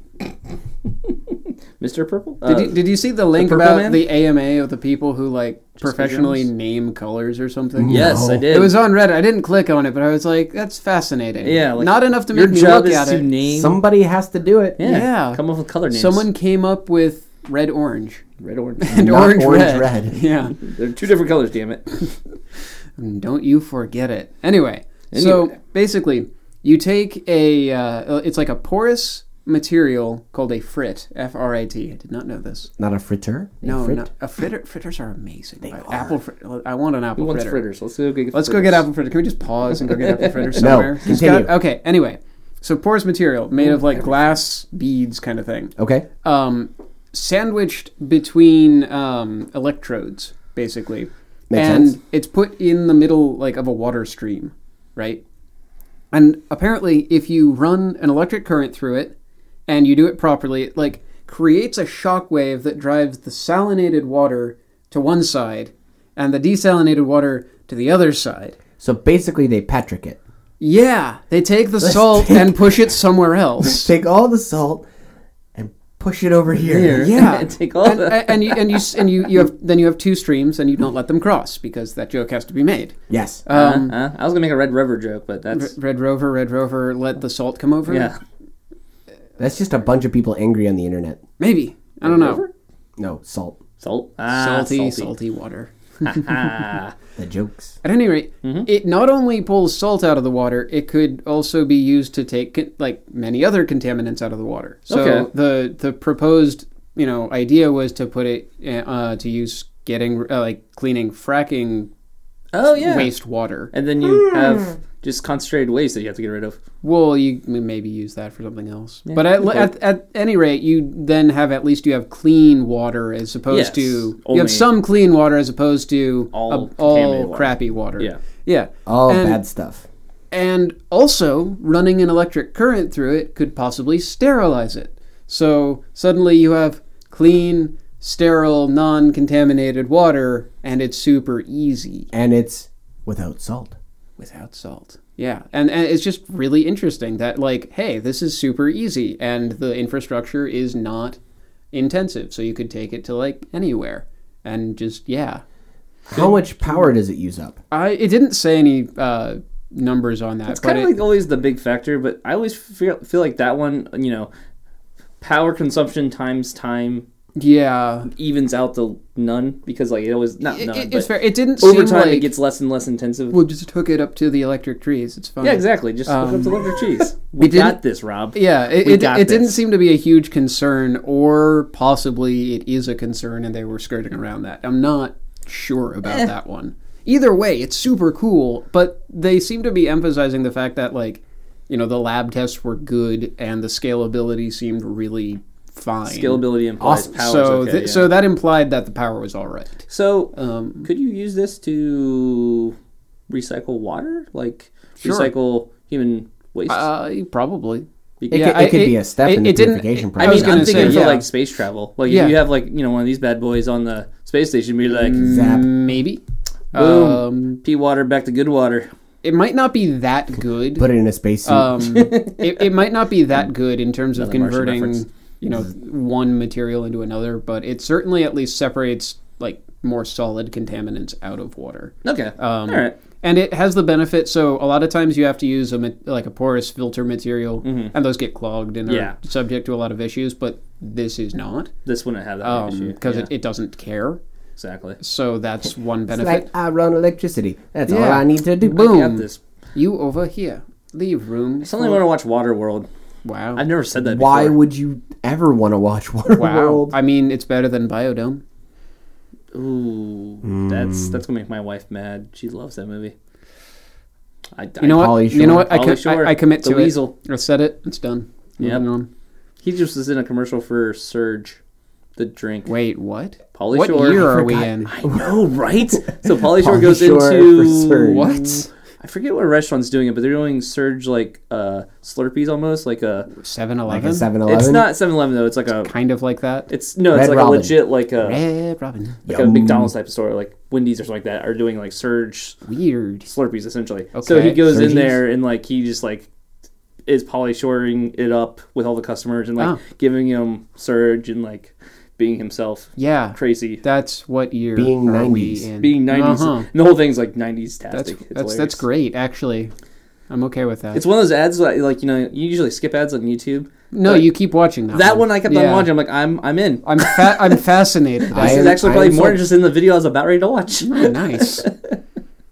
Speaker 1: Mr. Purple.
Speaker 2: Did
Speaker 1: Uh,
Speaker 2: you, did you see the link
Speaker 1: Purple
Speaker 2: about
Speaker 1: Man?
Speaker 2: the AMA of the people who like professionally
Speaker 1: Jones?
Speaker 2: name colors or something?
Speaker 1: yes,
Speaker 3: No.
Speaker 1: I did.
Speaker 2: It was on Reddit. I didn't click on it, but I was like, "That's fascinating."
Speaker 1: yeah, like,
Speaker 2: not enough to
Speaker 1: your
Speaker 2: make me
Speaker 1: job
Speaker 2: look
Speaker 1: is
Speaker 2: at
Speaker 1: to
Speaker 2: it.
Speaker 1: name.
Speaker 3: Somebody has to do it.
Speaker 1: yeah,
Speaker 2: Yeah.
Speaker 1: come up with color names.
Speaker 2: Someone came up with red, orange,
Speaker 1: red, orange.
Speaker 2: and
Speaker 3: Not
Speaker 2: orange,
Speaker 3: orange,
Speaker 2: red.
Speaker 3: red.
Speaker 2: Yeah,
Speaker 1: They're two different colors. Damn it.
Speaker 2: don't you forget it. Anyway,
Speaker 1: Anyway.
Speaker 2: so basically, you take a uh, it's like a porous material called a frit, F R I T. I did not know this.
Speaker 3: Not a fritter. A
Speaker 2: No,
Speaker 3: frit?
Speaker 2: no, a fritter, fritters are amazing. Apple fritter. I want an
Speaker 1: Who
Speaker 2: apple
Speaker 1: wants
Speaker 2: fritter.
Speaker 1: fritters? Let's go get.
Speaker 2: Let's go get apple fritter. Can we just pause and go get apple fritter somewhere? It's
Speaker 3: continue.
Speaker 2: got- okay. Anyway, so porous material made of like glass beads, kind of thing,
Speaker 3: Okay.
Speaker 2: um, sandwiched between um, electrodes, basically,
Speaker 3: Makes
Speaker 2: and
Speaker 3: sense.
Speaker 2: it's put in the middle like of a water stream, right? And apparently, if you run an electric current through it and you do it properly, it like creates a shock wave that drives the salinated water to one side and the desalinated water to the other side.
Speaker 3: So basically, they Patrick it.
Speaker 2: Yeah, they take the salt
Speaker 3: take-
Speaker 2: and push it somewhere else.
Speaker 3: Take all the salt and push it over here.
Speaker 1: Here.
Speaker 2: Yeah,
Speaker 1: And take all
Speaker 2: and,
Speaker 1: the-
Speaker 2: and, and you and you s- and you, you have then you have two streams and you don't let them cross because that joke has to be made.
Speaker 3: Yes.
Speaker 2: Um,
Speaker 1: Uh, uh, I was gonna make a red rover joke, but that's
Speaker 2: Red Rover, Red Rover, let the salt come over.
Speaker 1: yeah.
Speaker 3: That's just a bunch of people angry on the internet.
Speaker 2: maybe I don't know.
Speaker 1: Rover?
Speaker 3: No salt.
Speaker 1: Salt. Ah,
Speaker 2: salty, salty, water.
Speaker 1: Ah.
Speaker 3: The jokes.
Speaker 2: At any rate,
Speaker 1: Mm-hmm.
Speaker 2: it not only pulls salt out of the water, it could also be used to take con- like many other contaminants out of the water. So
Speaker 1: Okay.
Speaker 2: the the proposed you know idea was to put it uh, uh, to use getting uh, like cleaning fracking
Speaker 1: Oh yeah.
Speaker 2: wastewater.
Speaker 1: And then you have
Speaker 2: Hmm.
Speaker 1: just concentrated waste that you have to get rid of.
Speaker 2: Well, you m- maybe use that for something else. but at, at, at any rate, you then have at least you have clean water as opposed
Speaker 1: Yes,
Speaker 2: to you
Speaker 1: only-
Speaker 2: have some clean water as opposed to
Speaker 1: All
Speaker 2: all,
Speaker 1: contaminated
Speaker 2: all
Speaker 1: water.
Speaker 2: crappy water.
Speaker 1: Yeah.
Speaker 2: yeah.
Speaker 3: All
Speaker 2: and,
Speaker 3: bad stuff.
Speaker 2: And also, running an electric current through it could possibly sterilize it. So suddenly you have clean, sterile, non-contaminated water, and it's super easy
Speaker 3: And it's without salt.
Speaker 2: without salt. Yeah, and, and it's just really interesting that like, hey, this is super easy, and the infrastructure is not intensive, so you could take it to like anywhere, and just yeah.
Speaker 3: How much power does it use up?
Speaker 2: I it didn't say any uh, numbers on that,
Speaker 1: It's
Speaker 2: but
Speaker 1: kind
Speaker 2: it,
Speaker 1: of like always the big factor, but I always feel, feel like that one, you know, power consumption times time
Speaker 2: yeah,
Speaker 1: evens out the none because like it always not
Speaker 2: It-
Speaker 1: none,
Speaker 2: it-
Speaker 1: but
Speaker 2: it's fair. It didn't
Speaker 1: over
Speaker 2: seem
Speaker 1: time
Speaker 2: like
Speaker 1: it gets less and less intensive.
Speaker 2: we'll just hook it up to the electric trees. It's fine.
Speaker 1: yeah, exactly. Just hook up
Speaker 2: um,
Speaker 1: the leather cheese. We
Speaker 2: didn't-
Speaker 1: got this, Rob.
Speaker 2: Yeah, it,
Speaker 1: We
Speaker 2: it,
Speaker 1: got
Speaker 2: it didn't
Speaker 1: this.
Speaker 2: seem to be a huge concern, or possibly it is a concern and they were skirting around that. I'm not sure about
Speaker 1: Eh.
Speaker 2: that one. Either way, it's super cool, but they seem to be emphasizing the fact that, like, you know, the lab tests were good and the scalability seemed really fine.
Speaker 1: Scalability implies
Speaker 3: Awesome.
Speaker 1: power.
Speaker 2: so,
Speaker 1: okay,
Speaker 2: th-
Speaker 1: yeah.
Speaker 2: so that implied that the power was all right.
Speaker 1: So,
Speaker 2: Um,
Speaker 1: could you use this to recycle water, like
Speaker 2: Sure.
Speaker 1: recycle human waste?
Speaker 2: uh, probably.
Speaker 1: It
Speaker 3: It,
Speaker 2: Yeah,
Speaker 3: could,
Speaker 2: I-
Speaker 3: it could be a step
Speaker 2: it-
Speaker 3: in the
Speaker 2: it didn't-
Speaker 1: I
Speaker 2: I
Speaker 3: purification process.
Speaker 2: was
Speaker 1: mean,
Speaker 2: gonna
Speaker 1: I'm thinking
Speaker 2: say,
Speaker 1: for
Speaker 2: yeah.
Speaker 1: like space travel. Like,
Speaker 2: Yeah.
Speaker 1: if you have like you know one of these bad boys on the space station, be like,
Speaker 2: Mm,
Speaker 3: Zap.
Speaker 2: Maybe.
Speaker 1: Boom.
Speaker 2: Um,
Speaker 1: pee water back to good water.
Speaker 2: it might not be that good.
Speaker 3: Put it in a space suit.
Speaker 2: um, it, it might not be that good in terms of
Speaker 1: Another Martian
Speaker 2: converting
Speaker 1: reference.
Speaker 2: you know
Speaker 3: Mm-hmm.
Speaker 2: one material into another but it certainly at least separates like more solid contaminants out of water
Speaker 1: Okay,
Speaker 2: um,
Speaker 1: all right.
Speaker 2: and it has the benefit so a lot of times you have to use a ma- like a porous filter material and those get clogged and are
Speaker 1: Mm-hmm. Yeah.
Speaker 2: subject to a lot of issues but this is not
Speaker 1: This wouldn't have that
Speaker 2: because
Speaker 1: issue
Speaker 2: um, it, it doesn't care
Speaker 1: exactly.
Speaker 2: so that's one
Speaker 3: It's
Speaker 2: benefit
Speaker 3: like I run electricity. That's all
Speaker 2: Yeah.
Speaker 3: I need to do.
Speaker 1: I
Speaker 2: Boom.
Speaker 1: got this.
Speaker 2: you over here leave room
Speaker 1: I suddenly want to watch Waterworld.
Speaker 2: wow
Speaker 1: I've never said that.
Speaker 3: Why
Speaker 1: Before.
Speaker 3: would you ever want to watch Waterworld?
Speaker 2: wow i mean it's better than biodome
Speaker 1: Ooh, that's that's gonna make my wife mad. She loves that movie. I,
Speaker 2: You know
Speaker 1: I,
Speaker 3: Polly
Speaker 2: what? You know
Speaker 3: Shore.
Speaker 2: what? I,
Speaker 1: Polly
Speaker 2: co- I,
Speaker 1: Shore.
Speaker 2: I commit
Speaker 1: The
Speaker 2: to
Speaker 1: Weasel.
Speaker 2: it. I said it. It's done.
Speaker 1: Yep.
Speaker 2: Moving on.
Speaker 1: He just was in a commercial for Surge, the drink.
Speaker 2: Wait, what?
Speaker 1: Polly
Speaker 2: what
Speaker 1: Shore.
Speaker 2: year
Speaker 1: I
Speaker 2: are we
Speaker 3: forgot.
Speaker 2: in?
Speaker 1: I know, right? So Polly Shore
Speaker 3: Pauly
Speaker 1: goes
Speaker 3: Shore for
Speaker 1: into
Speaker 3: Surge.
Speaker 2: What?
Speaker 1: I forget what restaurant's doing it, but they're doing Surge like uh, Slurpees almost, like a.
Speaker 2: Seven
Speaker 3: Like a
Speaker 2: Eleven.
Speaker 3: 7
Speaker 1: It's not 7-Eleven though. It's like a.
Speaker 2: Kind of like that.
Speaker 1: It's no. It's
Speaker 3: Red
Speaker 1: like
Speaker 3: Robin.
Speaker 1: a legit like a.
Speaker 2: Red Robin.
Speaker 1: like a McDonald's type of store, like Wendy's or something like that, are doing like surge
Speaker 2: Weird.
Speaker 1: Slurpees essentially. So he
Speaker 2: Okay.
Speaker 1: goes
Speaker 3: Surges?
Speaker 1: in there and like he just like is Polly shoring it up with all the customers and like
Speaker 2: Oh.
Speaker 1: giving him Surge and like being himself.
Speaker 2: Yeah,
Speaker 1: Crazy.
Speaker 2: that's what year
Speaker 3: Being
Speaker 2: are we
Speaker 3: 90s.
Speaker 2: in?
Speaker 1: being 90s.
Speaker 2: Uh-huh.
Speaker 1: And the whole thing's like 90s tastic.
Speaker 2: That's
Speaker 1: It's
Speaker 2: that's, that's
Speaker 1: hilarious.
Speaker 2: great. Actually, I'm okay with that.
Speaker 1: It's one of those ads that like you know you usually skip ads on YouTube.
Speaker 2: no,
Speaker 1: but
Speaker 2: you keep watching that.
Speaker 1: That one I kept on
Speaker 2: Yeah.
Speaker 1: watching. I'm like I'm I'm in.
Speaker 2: I'm fa- I'm fascinated.
Speaker 3: I
Speaker 1: This
Speaker 2: by
Speaker 1: is
Speaker 3: am-
Speaker 1: actually
Speaker 3: I
Speaker 1: probably
Speaker 3: am
Speaker 1: more
Speaker 3: so-
Speaker 1: interested in the video I was about ready to watch.
Speaker 2: it. Oh, nice.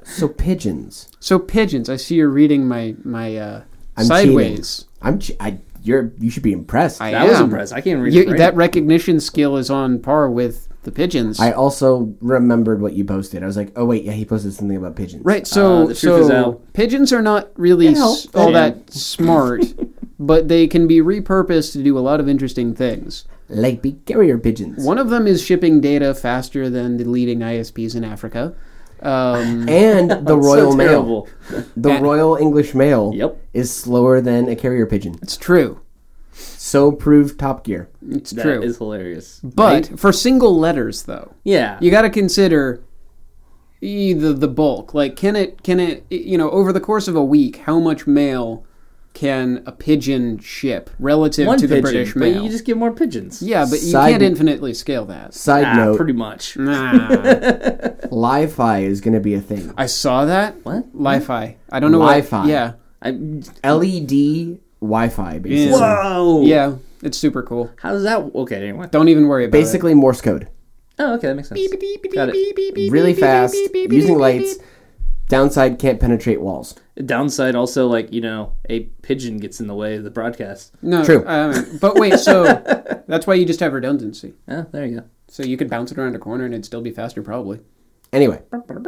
Speaker 3: So pigeons.
Speaker 2: So pigeons. I see you're reading my my uh,
Speaker 3: I'm
Speaker 2: sideways.
Speaker 3: I'm. Che- I. You're. You should be impressed.
Speaker 2: I
Speaker 3: I,
Speaker 1: That was
Speaker 2: am.
Speaker 1: impressed. I can't read
Speaker 2: You-
Speaker 1: it. right?
Speaker 2: that recognition skill is on par with the pigeons.
Speaker 3: also remembered what you posted. I was like, oh wait, yeah, he posted something about pigeons.
Speaker 2: Right. So,
Speaker 1: Uh, the truth
Speaker 2: so
Speaker 1: is out.
Speaker 2: pigeons are not really s-
Speaker 3: Ow.
Speaker 2: all
Speaker 1: Yeah.
Speaker 2: that smart, but they can be repurposed to do a lot of interesting things.
Speaker 3: Like big carrier pigeons.
Speaker 2: One of them is shipping data faster than the leading ISPs in Africa. Um,
Speaker 3: And the
Speaker 1: It's so
Speaker 3: Royal Mail.
Speaker 1: terrible.
Speaker 3: The Royal English Mail
Speaker 1: Yep.
Speaker 3: is slower than a carrier pigeon.
Speaker 2: it's true.
Speaker 3: So proved Top Gear.
Speaker 2: It's
Speaker 1: That
Speaker 2: true.
Speaker 1: is hilarious.
Speaker 2: but for single letters, though,
Speaker 1: Yeah.
Speaker 2: you got to consider e- the the bulk. Like, can it can it you know over the course of a week, how much mail can a pigeon ship relative
Speaker 1: one
Speaker 2: to the
Speaker 1: pigeon,
Speaker 2: British
Speaker 1: but
Speaker 2: mail?
Speaker 1: you just get more pigeons.
Speaker 2: yeah, but you
Speaker 3: Side-
Speaker 2: can't infinitely scale that.
Speaker 3: Side
Speaker 1: Ah,
Speaker 3: note,
Speaker 1: pretty much.
Speaker 2: Mm. Nah.
Speaker 3: Li-Fi is going to be a thing.
Speaker 2: I saw that.
Speaker 1: What?
Speaker 2: Li-fi. I don't know what-
Speaker 3: Li-fi.
Speaker 2: Yeah.
Speaker 1: I,
Speaker 3: LED E Wi-Fi, basically.
Speaker 2: Yeah.
Speaker 1: whoa.
Speaker 2: Yeah. It's super cool.
Speaker 1: How does that? Okay. Anyway.
Speaker 2: Don't even worry about it.
Speaker 3: Basically Morse code.
Speaker 1: Oh, okay. That makes sense. Got it.
Speaker 3: Really fast, using lights. Downside, can't penetrate walls.
Speaker 1: Downside also like you know a pigeon gets in the way of the broadcast.
Speaker 2: No,
Speaker 3: True.
Speaker 2: um, but wait, so that's why you just have redundancy.
Speaker 1: Yeah. Ah, There you
Speaker 2: So you could bounce it around a corner and it'd still be faster, probably.
Speaker 3: Anyway,
Speaker 1: go.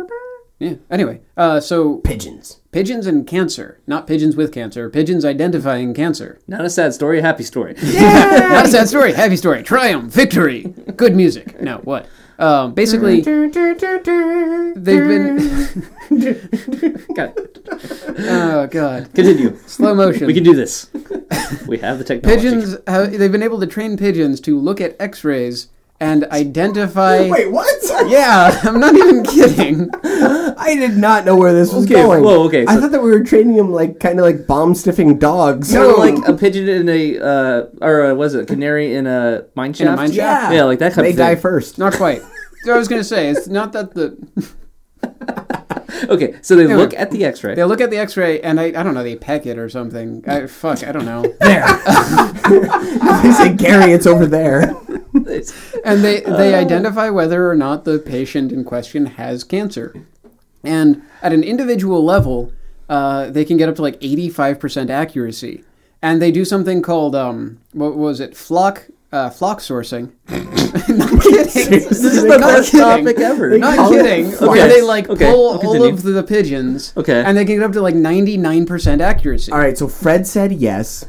Speaker 2: Yeah. Anyway, uh, so
Speaker 3: pigeons.
Speaker 2: pigeons and cancer, not pigeons with cancer, pigeons identifying cancer.
Speaker 1: Not a sad story. A happy story.
Speaker 2: Not a sad story. Happy story. Triumph. Victory. Good music. No, what? Um, basically, they've been.
Speaker 1: Got it.
Speaker 2: Oh god.
Speaker 1: Continue.
Speaker 2: Slow motion.
Speaker 1: We can do this. we have the technology.
Speaker 2: pigeons have, they've been able to train pigeons to look at x-rays and identify
Speaker 3: what?
Speaker 2: yeah i'm not even kidding
Speaker 3: I did not know where this was
Speaker 1: Okay,
Speaker 3: going.
Speaker 1: whoa, okay,
Speaker 3: I
Speaker 1: so-
Speaker 3: thought that we were training them like kind of like bomb sniffing dogs.
Speaker 1: Sort of like a pigeon in a uh, or uh, was it a canary in a mine shaft?
Speaker 2: mine shaft.
Speaker 3: yeah,
Speaker 1: Yeah, like that kind
Speaker 3: They
Speaker 1: of
Speaker 3: die
Speaker 1: thing.
Speaker 3: first.
Speaker 2: not quite so i was going to say it's not that the
Speaker 1: Okay, so they look at the X-ray.
Speaker 2: they look at the x-ray and i, I don't know they peck it or something I, fuck i don't know
Speaker 3: they say, Gary, it's over there.
Speaker 2: and they
Speaker 1: Uh.
Speaker 2: they identify whether or not the patient in question has cancer and at an individual level uh, they can get up to like 85% accuracy and they do something called um, what was it flock uh, flock sourcing not kidding
Speaker 3: This is
Speaker 1: the
Speaker 2: Not
Speaker 1: best
Speaker 2: kidding.
Speaker 1: topic ever.
Speaker 2: not
Speaker 3: Call it
Speaker 2: kidding
Speaker 3: flock.
Speaker 2: where they like
Speaker 1: Okay,
Speaker 2: pull all
Speaker 1: continue.
Speaker 2: of the pigeons
Speaker 1: Okay.
Speaker 2: and they can get up to like 99% accuracy
Speaker 3: All right, so Fred said yes.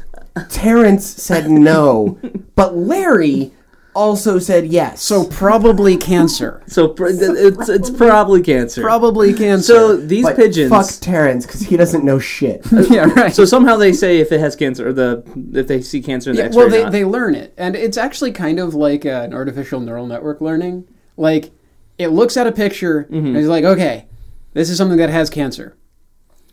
Speaker 3: Terrence said no. but Larry also said yes.
Speaker 2: so probably cancer
Speaker 1: So pr- it's it's probably cancer.
Speaker 2: probably cancer
Speaker 1: So these
Speaker 3: But
Speaker 1: pigeons.
Speaker 3: Fuck Terrence, because he doesn't know shit.
Speaker 2: yeah right
Speaker 1: So somehow they say if it has cancer or the if they see cancer in the
Speaker 2: Yeah,
Speaker 1: X-ray.
Speaker 2: well,
Speaker 1: or
Speaker 2: they,
Speaker 1: not.
Speaker 2: they learn it, and it's actually kind of like uh, an artificial neural network learning. Like, it looks at a picture
Speaker 1: Mm-hmm.
Speaker 2: and it's like, okay, this is something that has cancer,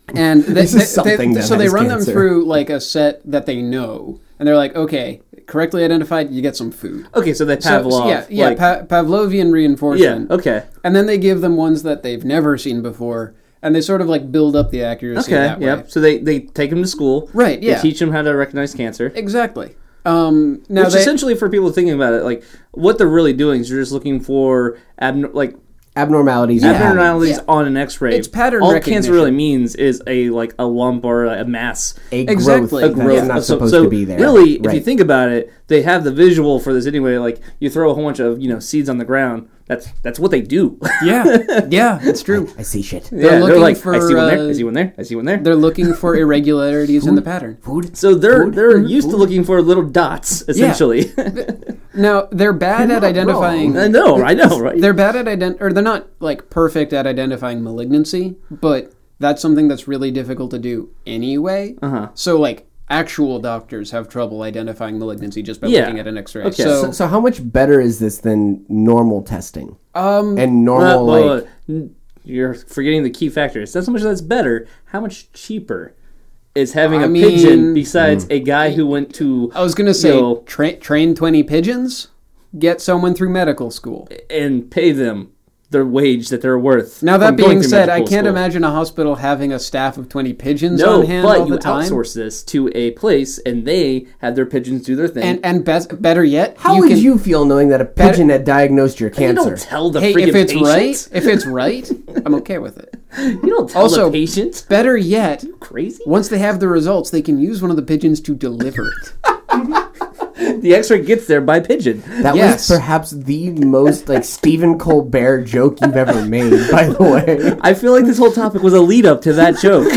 Speaker 2: and they,
Speaker 3: This
Speaker 2: they-
Speaker 3: is
Speaker 2: they-
Speaker 3: something that
Speaker 2: so they
Speaker 3: has
Speaker 2: run
Speaker 3: cancer.
Speaker 2: them through like a set that they know, and they're like, okay, correctly identified, you get some food.
Speaker 1: okay, so they
Speaker 2: So-
Speaker 1: Oh, Pavlov.
Speaker 2: so yeah, yeah,
Speaker 1: like-
Speaker 2: pa- Pavlovian
Speaker 1: yeah.
Speaker 2: reinforcement.
Speaker 1: Okay.
Speaker 2: And then they give them ones that they've never seen before, and they sort of like build up the accuracy.
Speaker 1: Okay.
Speaker 2: that way.
Speaker 1: Yep. So they they take them to school.
Speaker 2: Right, yeah.
Speaker 1: They teach them how to recognize cancer.
Speaker 2: Exactly. Um, now
Speaker 1: Which
Speaker 2: they,
Speaker 1: essentially, for people thinking about it, like what they're really doing is you're just looking for abno- like
Speaker 3: Abnormalities. are happening.
Speaker 1: abnormalities
Speaker 2: Yeah.
Speaker 1: on an X-ray.
Speaker 2: It's pattern
Speaker 1: All
Speaker 2: recognition.
Speaker 1: cancer really means is a like a lump or a mass.
Speaker 3: A growth
Speaker 2: Exactly.
Speaker 3: that's
Speaker 2: A growth.
Speaker 3: not
Speaker 1: So-
Speaker 3: supposed
Speaker 1: so
Speaker 3: to be there.
Speaker 1: Really, if you
Speaker 3: Right.
Speaker 1: think about it, they have the visual for this anyway. Like you throw a whole bunch of you know seeds on the ground. That's that's what they do.
Speaker 2: yeah, yeah, it's true.
Speaker 3: I see shit.
Speaker 1: Yeah,
Speaker 2: looking
Speaker 1: like, I
Speaker 2: for,
Speaker 1: see one there.
Speaker 2: uh,
Speaker 1: I see one there. I see one there.
Speaker 2: They're looking for irregularities in the pattern.
Speaker 3: Food.
Speaker 1: So they're
Speaker 3: Food,
Speaker 1: they're
Speaker 3: food,
Speaker 1: used to
Speaker 3: food.
Speaker 1: looking for little dots, essentially.
Speaker 2: Now they're bad at
Speaker 3: not
Speaker 2: identifying.
Speaker 1: I know, I know, right?
Speaker 2: They're bad at ident or they're not like perfect at identifying malignancy, but that's something that's really difficult to do anyway. Uh-huh. So like actual doctors have trouble identifying malignancy just by
Speaker 1: Yeah.
Speaker 2: looking at an X-ray.
Speaker 1: Okay.
Speaker 2: So,
Speaker 3: So, so how much better is this than normal testing
Speaker 2: um,
Speaker 3: and
Speaker 1: Uh,
Speaker 3: normal
Speaker 1: well,
Speaker 3: like
Speaker 1: uh, n- you're forgetting the key factor. It's not so much that's better. How much cheaper is having
Speaker 2: I
Speaker 1: a
Speaker 2: mean-
Speaker 1: pigeon besides
Speaker 3: Mm.
Speaker 1: a guy who went to
Speaker 2: I was gonna say
Speaker 1: you know,
Speaker 2: tra- train twenty pigeons, get someone through medical school.
Speaker 1: Eh, and pay them their wage that they're worth.
Speaker 2: Now
Speaker 1: from
Speaker 2: that
Speaker 1: going
Speaker 2: being
Speaker 1: through
Speaker 2: said, I
Speaker 1: medical
Speaker 2: can't
Speaker 1: school.
Speaker 2: imagine a hospital having a staff of twenty pigeons
Speaker 1: No,
Speaker 2: on hand
Speaker 1: but
Speaker 2: all
Speaker 1: you
Speaker 2: the time.
Speaker 1: outsource this to a place, and they have their pigeons do their thing.
Speaker 2: And and best, better yet,
Speaker 3: How
Speaker 2: you
Speaker 3: would
Speaker 2: can,
Speaker 3: you feel knowing that a pigeon had diagnosed your
Speaker 1: you
Speaker 3: cancer?
Speaker 1: don't tell the
Speaker 2: Hey,
Speaker 1: freaking
Speaker 2: if it's
Speaker 1: patient.
Speaker 2: right, if it's right, I'm okay with it.
Speaker 1: you don't tell
Speaker 2: Also-
Speaker 1: the patient.
Speaker 2: Better yet,
Speaker 1: Crazy.
Speaker 2: once they have the results, they can use one of the pigeons to deliver it.
Speaker 1: The X-ray gets there by pigeon.
Speaker 3: that
Speaker 2: Yes.
Speaker 3: was perhaps the most like Stephen Colbert joke you've ever made. By the way,
Speaker 1: I feel like this whole topic was a lead up to that joke.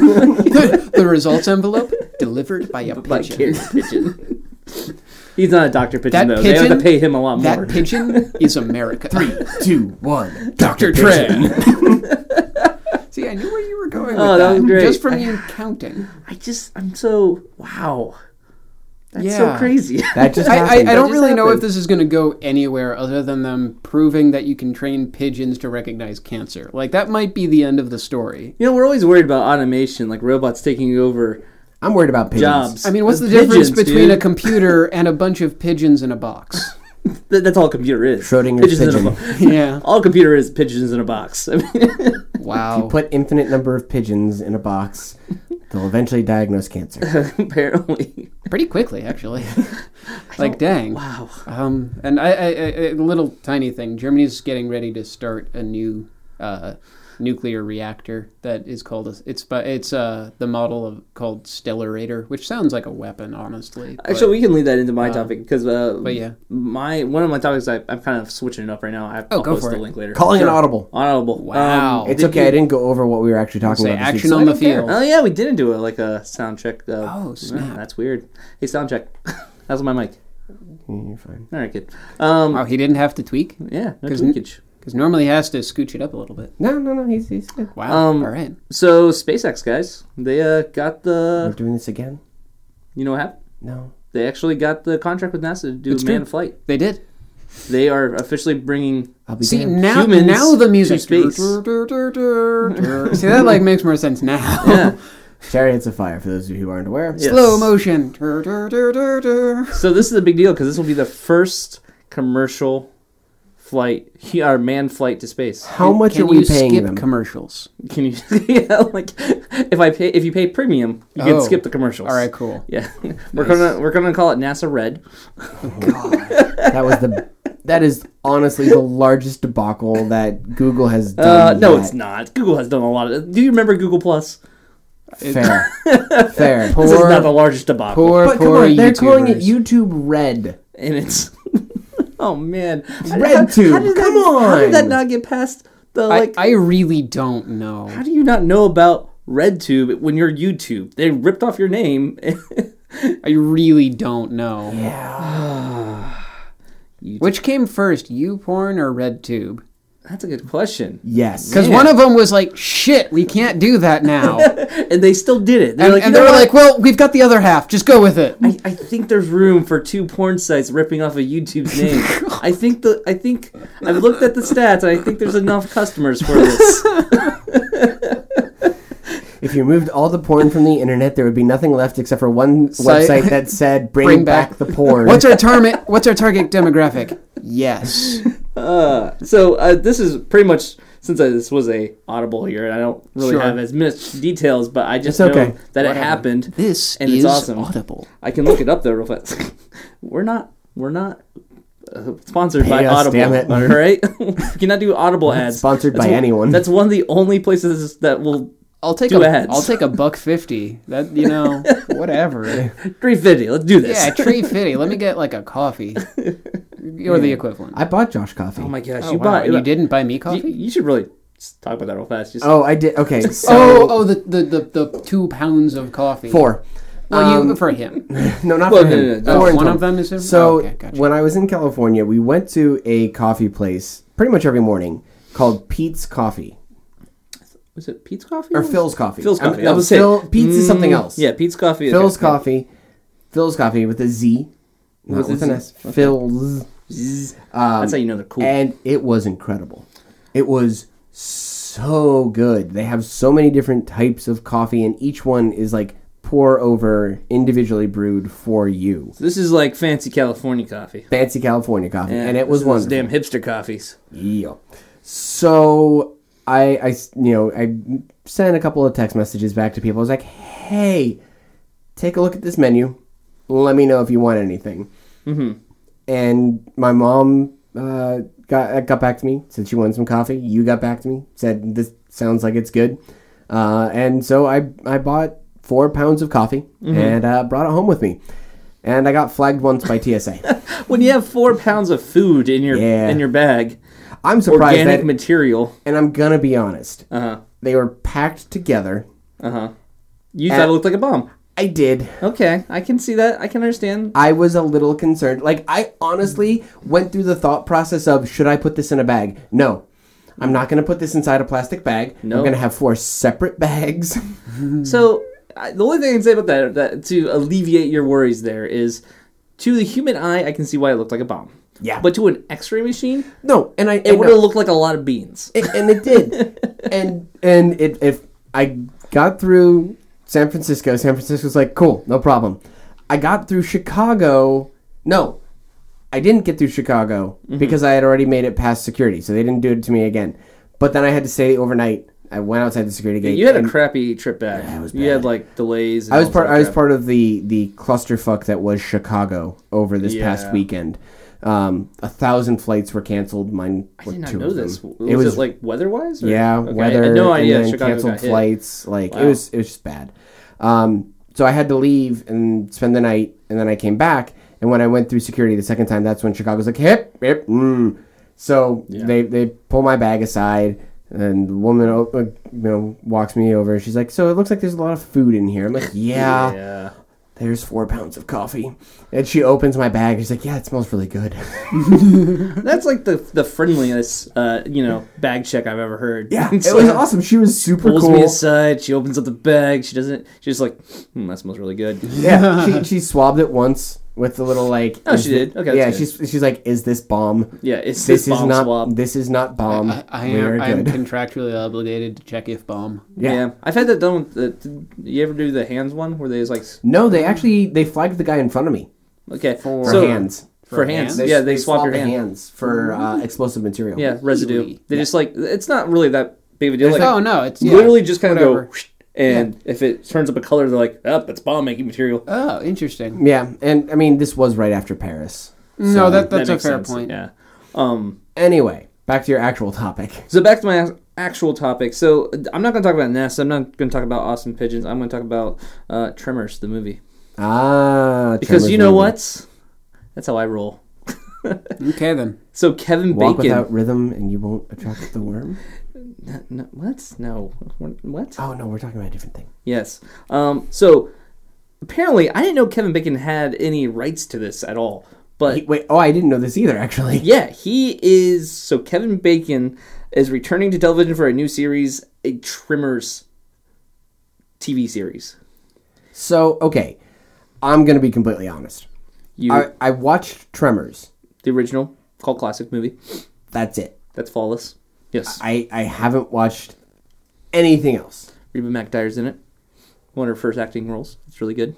Speaker 2: the, the results envelope delivered by a
Speaker 1: Like
Speaker 2: pigeon.
Speaker 1: here's a pigeon. He's not a doctor pigeon
Speaker 2: That
Speaker 1: though. they have
Speaker 2: pigeon-
Speaker 1: to pay him a lot more.
Speaker 2: That pigeon is America.
Speaker 3: two, one.
Speaker 2: Dr. Dre. See, I knew where you were going with
Speaker 1: Oh, that was great.
Speaker 2: Just from you counting.
Speaker 1: I just I'm so wow. That's so
Speaker 2: Yeah.
Speaker 1: crazy.
Speaker 3: That just
Speaker 2: I, I,
Speaker 3: happened.
Speaker 2: I don't
Speaker 1: just
Speaker 2: really know if
Speaker 1: happened.
Speaker 2: this is going to go anywhere other than them proving that you can train pigeons to recognize cancer. Like, that might be the end of the story.
Speaker 1: you know, we're always worried about automation, like robots taking over
Speaker 3: I'm worried about pigeons.
Speaker 1: jobs.
Speaker 2: I mean, what's the
Speaker 1: Pigeons,
Speaker 2: difference between
Speaker 1: dude.
Speaker 2: a computer and a bunch of pigeons in a box?
Speaker 1: Th- that's all a computer is.
Speaker 3: Schrodinger's
Speaker 1: Pigeons in a
Speaker 3: pigeon.
Speaker 1: box.
Speaker 2: yeah.
Speaker 1: All a computer is pigeons in a box. I mean,
Speaker 2: Wow.
Speaker 3: Put infinite number of pigeons in a box. They'll eventually diagnose cancer.
Speaker 1: apparently.
Speaker 2: Pretty quickly, actually. like, dang.
Speaker 1: Wow.
Speaker 2: Um, and I, I, I, a little tiny thing. Germany's getting ready to start a new uh, nuclear reactor that is called a, it's by it's uh, the model of called Stellarator, which sounds like a weapon, honestly. but-
Speaker 1: Actually, we can lead that into my topic because uh,
Speaker 2: Um, but yeah.
Speaker 1: my one of my topics I, I'm kind of switching it up right now. I, I'll
Speaker 2: Oh, go
Speaker 1: post
Speaker 2: for
Speaker 1: the
Speaker 2: it.
Speaker 1: link later.
Speaker 3: Calling
Speaker 1: Sure.
Speaker 3: an audible.
Speaker 1: Audible. Um,
Speaker 2: Wow.
Speaker 3: It's
Speaker 1: did
Speaker 3: okay.
Speaker 1: you-
Speaker 3: I didn't go over what we were actually talking
Speaker 2: Say
Speaker 3: about. this week,
Speaker 2: action
Speaker 3: so
Speaker 2: on
Speaker 3: I
Speaker 2: the
Speaker 3: don't care.
Speaker 2: field.
Speaker 1: Oh yeah, we didn't do a like a sound check. Uh,
Speaker 2: Oh, snap.
Speaker 1: yeah, that's weird. Hey, sound check. How's my mic?
Speaker 3: Mm, You're fine.
Speaker 1: All right, kid. Um,
Speaker 2: Wow, he didn't have to tweak
Speaker 1: yeah, no
Speaker 2: 'Cause n-
Speaker 1: tweakage.
Speaker 2: because normally he has to scooch it up a little bit.
Speaker 3: No, no, no. He's, he's good.
Speaker 2: Wow.
Speaker 1: Um,
Speaker 2: all right.
Speaker 1: So SpaceX guys, they uh, got
Speaker 3: We're
Speaker 1: the.
Speaker 3: doing this again.
Speaker 1: You know what happened?
Speaker 3: No.
Speaker 1: They actually got the contract with NASA to do
Speaker 2: It's
Speaker 1: manned
Speaker 2: true.
Speaker 1: flight.
Speaker 2: They did.
Speaker 1: They are officially bringing.
Speaker 3: I'll be
Speaker 2: See
Speaker 3: damned.
Speaker 2: now,
Speaker 1: Humans
Speaker 2: now the
Speaker 1: to
Speaker 2: music.
Speaker 1: space.
Speaker 2: See that like makes more sense now.
Speaker 1: Yeah.
Speaker 3: Chariots of Fire, for those of you who aren't aware.
Speaker 1: Yeah.
Speaker 2: Slow
Speaker 1: Yes.
Speaker 2: motion.
Speaker 1: so this is a big deal because this will be the first commercial flight, he- or manned flight to space.
Speaker 3: How much
Speaker 2: Can
Speaker 3: are we
Speaker 2: you
Speaker 3: paying
Speaker 2: skip
Speaker 3: them?
Speaker 2: commercials?
Speaker 1: Can you? yeah, like if I pay, if you pay premium, you
Speaker 2: Oh.
Speaker 1: can skip the commercials.
Speaker 2: All right, cool.
Speaker 1: Yeah, we're gonna we're gonna call it NASA Red.
Speaker 3: that was the. That is honestly the largest debacle that Google has
Speaker 1: Uh,
Speaker 3: done.
Speaker 1: no,
Speaker 3: yet.
Speaker 1: it's not. Google has done a lot of. Do you remember Google Plus?
Speaker 3: Fair. Fair.
Speaker 1: This is
Speaker 2: Poor-
Speaker 1: not the largest debacle,
Speaker 2: Poor,
Speaker 3: But come
Speaker 2: poor
Speaker 3: on, they're calling it
Speaker 2: YouTubers.
Speaker 3: YouTube Red.
Speaker 1: and it's. oh man,
Speaker 3: RedTube,
Speaker 1: did
Speaker 3: come
Speaker 1: that, How
Speaker 3: on.
Speaker 1: did that not get past the
Speaker 2: I,
Speaker 1: like?
Speaker 2: I really don't know.
Speaker 1: how do you not know about RedTube when you're YouTube? They ripped off your name.
Speaker 2: I really don't know.
Speaker 3: Yeah.
Speaker 2: Which came first, YouPorn or RedTube?
Speaker 1: That's a good question.
Speaker 3: Yes.
Speaker 2: Because
Speaker 1: Yeah.
Speaker 2: one of them was like, "Shit, we can't do that now," and,
Speaker 1: And they still did it. They're like, you
Speaker 2: and they
Speaker 1: know
Speaker 2: were
Speaker 1: what?
Speaker 2: like, "Well, we've got the other half. Just go with it."
Speaker 1: I, I think there's room for two porn sites ripping off a YouTube's name. I think the I think I've looked at the stats and I think there's enough customers for this.
Speaker 3: If you removed all the porn from the internet, there would be nothing left except for one
Speaker 2: Site-
Speaker 3: website that said "Bring,
Speaker 2: Bring
Speaker 3: back,
Speaker 2: back-
Speaker 3: the porn."
Speaker 2: What's our target? What's our target demographic? Yes.
Speaker 1: Uh, so uh, this is pretty much since I, this was a audible here. and I don't really
Speaker 2: Sure.
Speaker 1: have as much details, but I just
Speaker 3: It's
Speaker 1: know
Speaker 3: okay.
Speaker 1: that it
Speaker 2: Whatever.
Speaker 1: happened.
Speaker 2: This
Speaker 1: And it's
Speaker 2: is
Speaker 1: awesome.
Speaker 2: Audible.
Speaker 1: I can look it up though real fast. we're not we're not uh, sponsored
Speaker 3: Pay
Speaker 1: by
Speaker 3: us,
Speaker 1: Audible.
Speaker 3: damn it.
Speaker 1: All right, we cannot do Audible ads.
Speaker 3: sponsored
Speaker 1: That's
Speaker 3: by
Speaker 1: one-
Speaker 3: anyone.
Speaker 1: That's one of the only places that will
Speaker 2: I'll take
Speaker 1: Do
Speaker 2: a
Speaker 1: ads.
Speaker 2: will take a buck fifty. That you know, whatever.
Speaker 1: three fifty. Let's do this.
Speaker 2: Yeah, tree fitty. Let me get like a coffee, or the equivalent.
Speaker 3: I bought Josh coffee.
Speaker 1: Oh my gosh,
Speaker 2: Oh,
Speaker 1: you
Speaker 2: wow,
Speaker 1: bought
Speaker 2: and you didn't buy me
Speaker 1: You,
Speaker 2: coffee.
Speaker 1: you should really s- talk about that real fast. Just,
Speaker 3: Oh, I did. Okay, so
Speaker 2: oh, oh, the, the the the two pounds of coffee.
Speaker 3: four.
Speaker 2: Well, you
Speaker 3: Um,
Speaker 2: for him.
Speaker 3: No, not
Speaker 1: Well,
Speaker 3: for
Speaker 1: no,
Speaker 3: him.
Speaker 1: no, no,
Speaker 3: Four
Speaker 1: no.
Speaker 2: Oh,
Speaker 3: in
Speaker 2: one
Speaker 3: total.
Speaker 2: of them is him.
Speaker 3: So
Speaker 2: Oh, okay, gotcha.
Speaker 3: when I was in California, we went to a coffee place pretty much every morning called Pete's Coffee
Speaker 1: was it Pete's Coffee?
Speaker 3: or Phil's Coffee.
Speaker 1: Phil's
Speaker 3: Um,
Speaker 1: Coffee.
Speaker 3: no,
Speaker 1: I was saying-
Speaker 3: Phil, Pete's is something
Speaker 1: Mm,
Speaker 3: else.
Speaker 1: Yeah, Pete's Coffee. is-
Speaker 3: Phil's
Speaker 1: okay.
Speaker 3: Coffee. Phil's Coffee with a Z. Not
Speaker 1: With
Speaker 3: with,
Speaker 1: a
Speaker 3: an
Speaker 1: Z.
Speaker 3: S. Phil's.
Speaker 1: Zzz.
Speaker 3: Um,
Speaker 1: That's how you know they're cool.
Speaker 3: and it was incredible. It was so good. They have so many different types of coffee, and each one is like pour over, individually brewed for you.
Speaker 1: This is like fancy California coffee.
Speaker 3: Fancy California coffee,
Speaker 1: Yeah,
Speaker 3: and it
Speaker 1: this
Speaker 3: was
Speaker 1: is those damn
Speaker 3: wonderful.
Speaker 1: hipster coffees.
Speaker 3: Yeah. So I, I, s- you know, I sent a couple of text messages back to people. I was like, "Hey, take a look at this menu. Let me know if you want anything." Mm-hmm. And my mom uh, got uh, got back to me. Said she wanted some coffee. You got back to me. Said this sounds like it's good. Uh, and so I I bought four pounds of coffee and uh, brought it home with me. And I got flagged once by TSA.
Speaker 1: When you have four pounds of food in your
Speaker 3: Yeah.
Speaker 1: in your bag,
Speaker 3: I'm surprised
Speaker 1: organic
Speaker 3: that,
Speaker 1: material.
Speaker 3: and I'm gonna be honest.
Speaker 1: Uh huh.
Speaker 3: They were packed together.
Speaker 1: Uh huh. You
Speaker 3: At-
Speaker 1: thought it looked like a bomb.
Speaker 3: I did.
Speaker 1: Okay, I can see that. I can understand.
Speaker 3: I was a little concerned. Like I honestly went through the thought process of should I put this in a bag? No. I'm not going to put this inside a plastic bag.
Speaker 1: No.
Speaker 3: I'm going to have four separate bags.
Speaker 1: So I, the only thing I can say about that, that to alleviate your worries there is, to the human eye, I can see why it looked like a bomb.
Speaker 3: Yeah.
Speaker 1: But to an X-ray machine,
Speaker 3: no, and I
Speaker 1: it
Speaker 3: and,
Speaker 1: would have looked like a lot of beans.
Speaker 3: it, and it did. and and it if I got through San Francisco, San Francisco's like, "Cool, no problem." I got through Chicago. No. I didn't get through Chicago
Speaker 1: Mm-hmm.
Speaker 3: because I had already made it past security, so they didn't do it to me again. But then I had to stay overnight. I went outside the security gate.
Speaker 1: You had a
Speaker 3: and-
Speaker 1: crappy trip back.
Speaker 3: was
Speaker 1: you had like delays. And
Speaker 3: I was
Speaker 1: all
Speaker 3: part.
Speaker 1: that
Speaker 3: I was
Speaker 1: crap.
Speaker 3: part of the the clusterfuck that was Chicago over this past
Speaker 1: Yeah.
Speaker 3: weekend. Um, a thousand flights were canceled. Mine
Speaker 1: I
Speaker 3: were
Speaker 1: did not
Speaker 3: two
Speaker 1: know
Speaker 3: of them.
Speaker 1: this. Was it, like weather-wise? Or?
Speaker 3: yeah,
Speaker 1: Okay, I had
Speaker 3: weather.
Speaker 1: No idea.
Speaker 3: And then
Speaker 1: Chicago
Speaker 3: canceled
Speaker 1: got hit.
Speaker 3: flights. Like it
Speaker 1: Wow.
Speaker 3: was it was just bad. Um, so I had to leave and spend the night, and then I came back. And when I went through security the second time, that's when Chicago's like hip hip. Mm. So
Speaker 1: Yeah.
Speaker 3: they they pull my bag aside. And the woman, o- uh, you know, walks me over. She's like, "So it looks like there's a lot of food in here." I'm like, "Yeah,
Speaker 1: Yeah.
Speaker 3: there's four pounds of coffee. And she opens my bag. She's like, yeah, it smells really good.
Speaker 1: That's like the the friendliest, uh, you know, bag check I've ever heard.
Speaker 3: it was awesome. She was super
Speaker 1: Pulls me
Speaker 3: cool.
Speaker 1: aside. She opens up the bag. She doesn't. She's like, hmm, that smells really good.
Speaker 3: Yeah, she, she swabbed it once with the little like.
Speaker 1: Oh,
Speaker 3: is
Speaker 1: she
Speaker 3: thi-
Speaker 1: did? Okay, that's
Speaker 3: yeah,
Speaker 1: good.
Speaker 3: she's she's like, is this bomb?
Speaker 1: Yeah, it's
Speaker 3: This
Speaker 1: this,
Speaker 3: is
Speaker 1: bomb
Speaker 3: not.
Speaker 1: swab.
Speaker 3: This is not bomb.
Speaker 2: I, I
Speaker 3: um, we are
Speaker 2: am, I am
Speaker 3: good.
Speaker 2: contractually obligated to check if bomb.
Speaker 1: Yeah.
Speaker 3: yeah.
Speaker 1: I've had that done. With the, did you ever do the hands one where they just like s-
Speaker 3: No, they actually they flagged the guy in front of me
Speaker 1: okay for
Speaker 3: for hands.
Speaker 1: for,
Speaker 2: For
Speaker 1: hands?
Speaker 2: hands?
Speaker 1: Yeah, they, swap your
Speaker 3: the
Speaker 1: hand.
Speaker 3: hands for uh, explosive material.
Speaker 1: Yeah, residue.
Speaker 2: Really?
Speaker 1: They just like it's not really that big of a deal. Like,
Speaker 2: oh no, it's yeah,
Speaker 1: literally just kind
Speaker 2: whatever.
Speaker 1: of go. And if it turns up a color, they're like, "Up, it's bomb making material."
Speaker 2: Oh, interesting.
Speaker 3: yeah, and I mean this was right after Paris.
Speaker 2: No, that that's
Speaker 1: That
Speaker 2: a
Speaker 1: makes
Speaker 2: fair
Speaker 1: sense.
Speaker 2: point.
Speaker 1: Yeah. Um,
Speaker 3: Anyway, back to your actual topic.
Speaker 1: So back to my ac- actual topic. So uh, I'm not going to talk about nests. I'm not going to talk about Austin pigeons. I'm going to talk about uh, Tremors, the movie,
Speaker 3: Ah,
Speaker 1: because
Speaker 3: Tremors
Speaker 1: you know
Speaker 3: movie.
Speaker 1: what? That's how I roll.
Speaker 2: Okay then.
Speaker 1: So Kevin
Speaker 3: Walk
Speaker 1: Bacon.
Speaker 3: without rhythm and you won't attract the worm.
Speaker 1: No, no, what? No. What?
Speaker 3: Oh no, we're talking about a different thing.
Speaker 1: Yes. Um, so apparently, I didn't know Kevin Bacon had any rights to this at all. But
Speaker 3: He- wait, oh, I didn't know this either. Actually,
Speaker 1: Yeah, he is. So Kevin Bacon is returning to television for a new series, a Tremors TV series.
Speaker 3: So okay, I'm gonna be completely honest.
Speaker 1: You,
Speaker 3: I, I watched Tremors.
Speaker 1: the original cult classic movie.
Speaker 3: That's it.
Speaker 1: That's flawless. Yes,
Speaker 3: I I haven't watched anything else.
Speaker 1: Reba McIntyre's in it. One of her first acting roles. It's really good.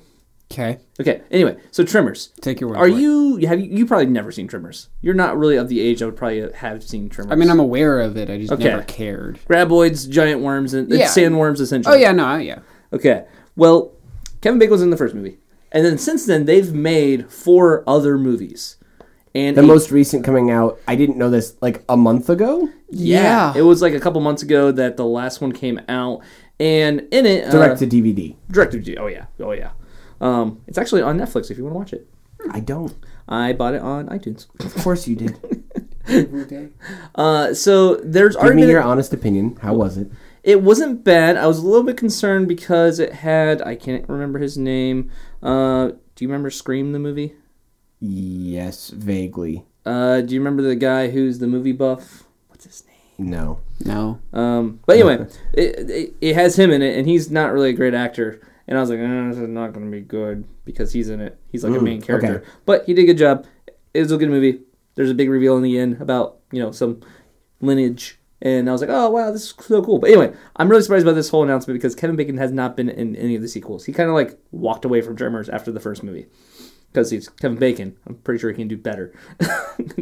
Speaker 2: Okay,
Speaker 1: Okay. Anyway, so Tremors.
Speaker 2: take your word.
Speaker 1: Are
Speaker 2: for It.
Speaker 1: you have you, you probably never seen Tremors? You're not really of the age I would probably have seen Tremors.
Speaker 2: I mean, I'm aware of it. I just
Speaker 1: Okay.
Speaker 2: never cared.
Speaker 1: graboids, giant worms, and
Speaker 2: Yeah.
Speaker 1: it's sandworms essentially.
Speaker 2: Oh yeah, no, yeah.
Speaker 1: Okay. Well, Kevin Bacon was in the first movie, and then since then they've made four other movies. And
Speaker 3: The
Speaker 1: a-
Speaker 3: most recent coming out, I didn't know this like a month ago.
Speaker 1: yeah,
Speaker 2: Yeah.
Speaker 1: it was like a couple months ago that the last one came out, and in it, uh,
Speaker 3: Direct to DVD.
Speaker 1: directed to- oh yeah, oh yeah. Um, it's actually on Netflix if you want to watch it.
Speaker 3: I don't.
Speaker 1: I bought it on iTunes.
Speaker 3: Of course you did.
Speaker 1: Uh, so there's
Speaker 3: Give me
Speaker 1: been-
Speaker 3: your honest opinion. How was it?
Speaker 1: It wasn't bad. I was a little bit concerned because it had I can't remember his name. Uh, do you remember Scream the movie?
Speaker 3: Yes, vaguely.
Speaker 1: Uh, do you remember the guy who's the movie buff? What's his name?
Speaker 3: No.
Speaker 2: No.
Speaker 1: Um, but anyway, it, it it has him in it, and he's not really a great actor. And I was like, eh, this is not going to be good because he's in it. He's like a
Speaker 3: Mm,
Speaker 1: main character.
Speaker 3: okay.
Speaker 1: But he did a good job. It was a good movie. There's a big reveal in the end about you know some lineage And I was like, oh, wow, this is so cool. But anyway, I'm really surprised by this whole announcement because Kevin Bacon has not been in any of the sequels. He kind of like walked away from Tremors after the first movie because he's Kevin Bacon. I'm pretty sure he can do better.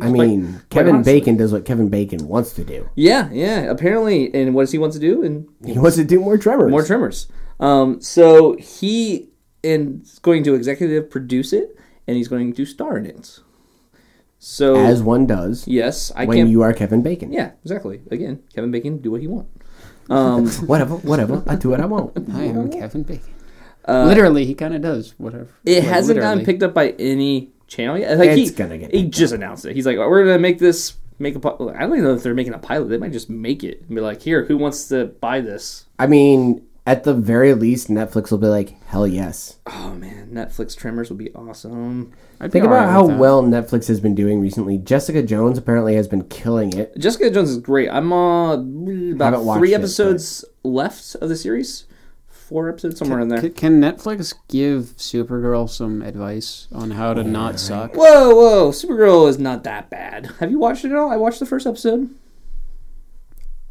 Speaker 3: I mean, Kevin Bacon does what Kevin Bacon wants to do.
Speaker 1: Yeah, yeah, apparently. And what does he want to do? And
Speaker 3: He wants to do more Tremors.
Speaker 1: more Tremors. Um, so he and is going to executive produce it, and he's going to star in it. So
Speaker 3: as one does
Speaker 1: yes, I
Speaker 3: when
Speaker 1: can't.
Speaker 3: you are Kevin Bacon.
Speaker 1: yeah, exactly. Again, Kevin Bacon, do what he want. Um,
Speaker 3: Whatever, whatever. I do what I want.
Speaker 2: I am Kevin Bacon. literally, he kind of does whatever.
Speaker 1: it
Speaker 2: like,
Speaker 1: hasn't gotten
Speaker 2: literally.
Speaker 1: picked up by any channel yet. Like
Speaker 3: It's
Speaker 1: he,
Speaker 3: gonna get
Speaker 1: He
Speaker 3: picked
Speaker 1: just announced it. He's like, we're gonna make this. Make a. pi- I don't even know if they're making a pilot. They might just make it and be like, here, who wants to buy this?
Speaker 3: I mean, at the very least, Netflix will be like, hell yes.
Speaker 1: Oh man, Netflix Tremors would be awesome.
Speaker 2: I'd be
Speaker 3: Think
Speaker 2: alright
Speaker 3: about
Speaker 2: with
Speaker 3: how
Speaker 2: that.
Speaker 3: well Netflix has been doing recently. Jessica Jones apparently has been killing it.
Speaker 1: Jessica Jones is great. I'm uh, about
Speaker 3: Haven't watched
Speaker 1: three
Speaker 3: it,
Speaker 1: episodes left of the series, four episodes somewhere in there.
Speaker 2: C- Can Netflix give Supergirl some advice on how to not suck?
Speaker 1: Whoa, whoa! Supergirl is not that bad. Have you watched it at all? I watched the first episode.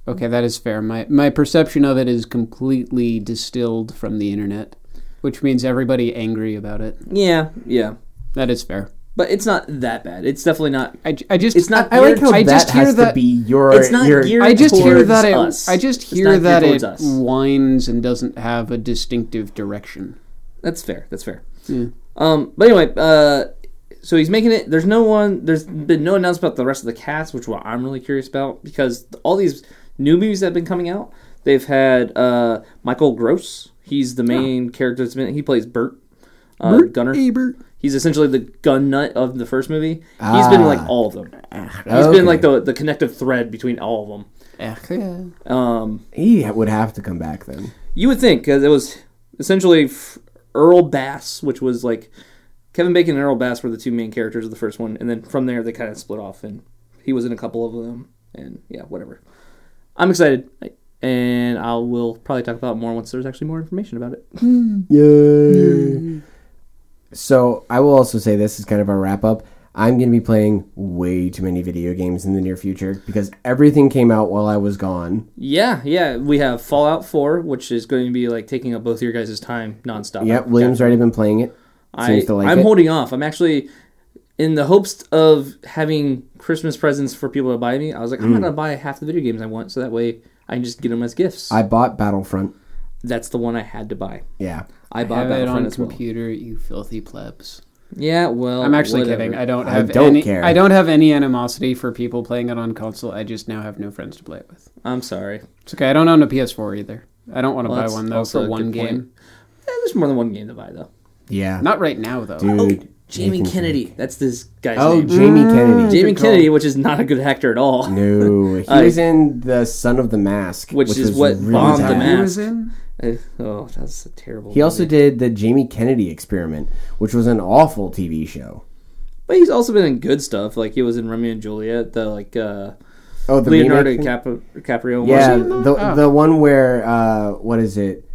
Speaker 2: Okay, that is fair. My my perception of it is completely distilled from the internet, which means everybody angry about it.
Speaker 1: Yeah, yeah,
Speaker 2: That is fair.
Speaker 1: but it's not that bad. It's definitely not.
Speaker 2: I, j- I just
Speaker 1: It's not
Speaker 2: I, I like
Speaker 1: geared-
Speaker 2: how I
Speaker 3: that
Speaker 2: just hear
Speaker 3: has
Speaker 2: that
Speaker 3: to be your.
Speaker 1: It's not
Speaker 3: your,
Speaker 1: geared
Speaker 2: I just hear
Speaker 1: towards
Speaker 2: that it
Speaker 1: us.
Speaker 2: I just
Speaker 1: It's not
Speaker 2: hear
Speaker 1: geared
Speaker 2: that
Speaker 1: towards
Speaker 2: it whines and doesn't have a distinctive direction.
Speaker 1: That's fair. That's fair.
Speaker 2: Yeah.
Speaker 1: Um, but anyway, uh, so he's making it. There's no one. There's been no announcement about the rest of the cast, which what I'm really curious about because all these new movies that have been coming out, they've had uh, Michael Gross. He's the main character. That's been, he plays Bert, uh, Gunner.
Speaker 2: Ebert.
Speaker 1: He's essentially the gun nut of the first movie. He's been like all of them. He's been like the the connective thread between all of them.
Speaker 2: yeah.
Speaker 1: Um,
Speaker 3: He would have to come back then.
Speaker 1: you would think because it was essentially f- Earl Bass, which was like Kevin Bacon and Earl Bass were the two main characters of the first one, and then from there they kind of split off, and he was in a couple of them, and yeah, whatever. I'm excited, and I will probably talk about it more once there's actually more information about it.
Speaker 3: Yay. So I will also say this is kind of our wrap up. I'm going to be playing way too many video games in the near future because everything came out while I was gone.
Speaker 1: Yeah, yeah, we have Fallout 4, which is going to be like taking up both your guys' time nonstop.
Speaker 3: Yep, William's already been playing it.
Speaker 1: I,
Speaker 3: Seems to like
Speaker 1: I'm
Speaker 3: it.
Speaker 1: holding off. I'm actually in the hopes of having Christmas presents for people to buy me. I was like, I'm
Speaker 3: Mm.
Speaker 1: not gonna buy half the video games I want, so that way I can just get them as gifts.
Speaker 3: I bought Battlefront.
Speaker 1: That's the one I had to buy.
Speaker 3: Yeah.
Speaker 1: I bought
Speaker 2: Have it
Speaker 1: Battlefront
Speaker 2: on
Speaker 1: as well.
Speaker 2: computer, you filthy plebs.
Speaker 1: Yeah, well,
Speaker 2: I'm actually
Speaker 1: whatever.
Speaker 2: kidding. I don't
Speaker 3: I
Speaker 2: have
Speaker 3: don't
Speaker 2: any
Speaker 3: care.
Speaker 2: I don't have any animosity for people playing it on console. I just now have no friends to play it with.
Speaker 1: I'm sorry. Eh,
Speaker 2: It's okay. I don't own a PS4 either. I don't want to
Speaker 1: Well,
Speaker 2: buy
Speaker 1: that's
Speaker 2: one though
Speaker 1: also a
Speaker 2: for
Speaker 1: good
Speaker 2: one
Speaker 1: point.
Speaker 2: game.
Speaker 1: Eh, there's more than one game to buy though. Oh,
Speaker 3: Yeah.
Speaker 2: Not oh, right now though.
Speaker 3: Dude.
Speaker 1: Jamie
Speaker 3: Nathan-
Speaker 1: Kennedy. That's this guy's
Speaker 3: Oh,
Speaker 1: name.
Speaker 3: Jamie Kennedy.
Speaker 1: Jamie
Speaker 2: good call.
Speaker 1: Kennedy, which is not a good actor at all.
Speaker 3: No, he
Speaker 1: Uh,
Speaker 3: was in the Son of the Mask,
Speaker 1: which is
Speaker 3: was
Speaker 1: what bombed the
Speaker 3: bad.
Speaker 1: mask.
Speaker 2: He was in.
Speaker 1: Eh, Oh, that's a terrible.
Speaker 3: He also
Speaker 1: movie.
Speaker 3: did the Jamie Kennedy Experiment, which was an awful TV show.
Speaker 1: but he's also been in good stuff. Like he was in Romeo and Juliet, the like uh,
Speaker 3: Oh, the
Speaker 1: Leonardo
Speaker 3: remake thing?
Speaker 1: DiCaprio, DiCaprio one.
Speaker 3: Yeah,
Speaker 2: he in that?
Speaker 3: the
Speaker 2: Oh.
Speaker 3: the one where uh, what is it?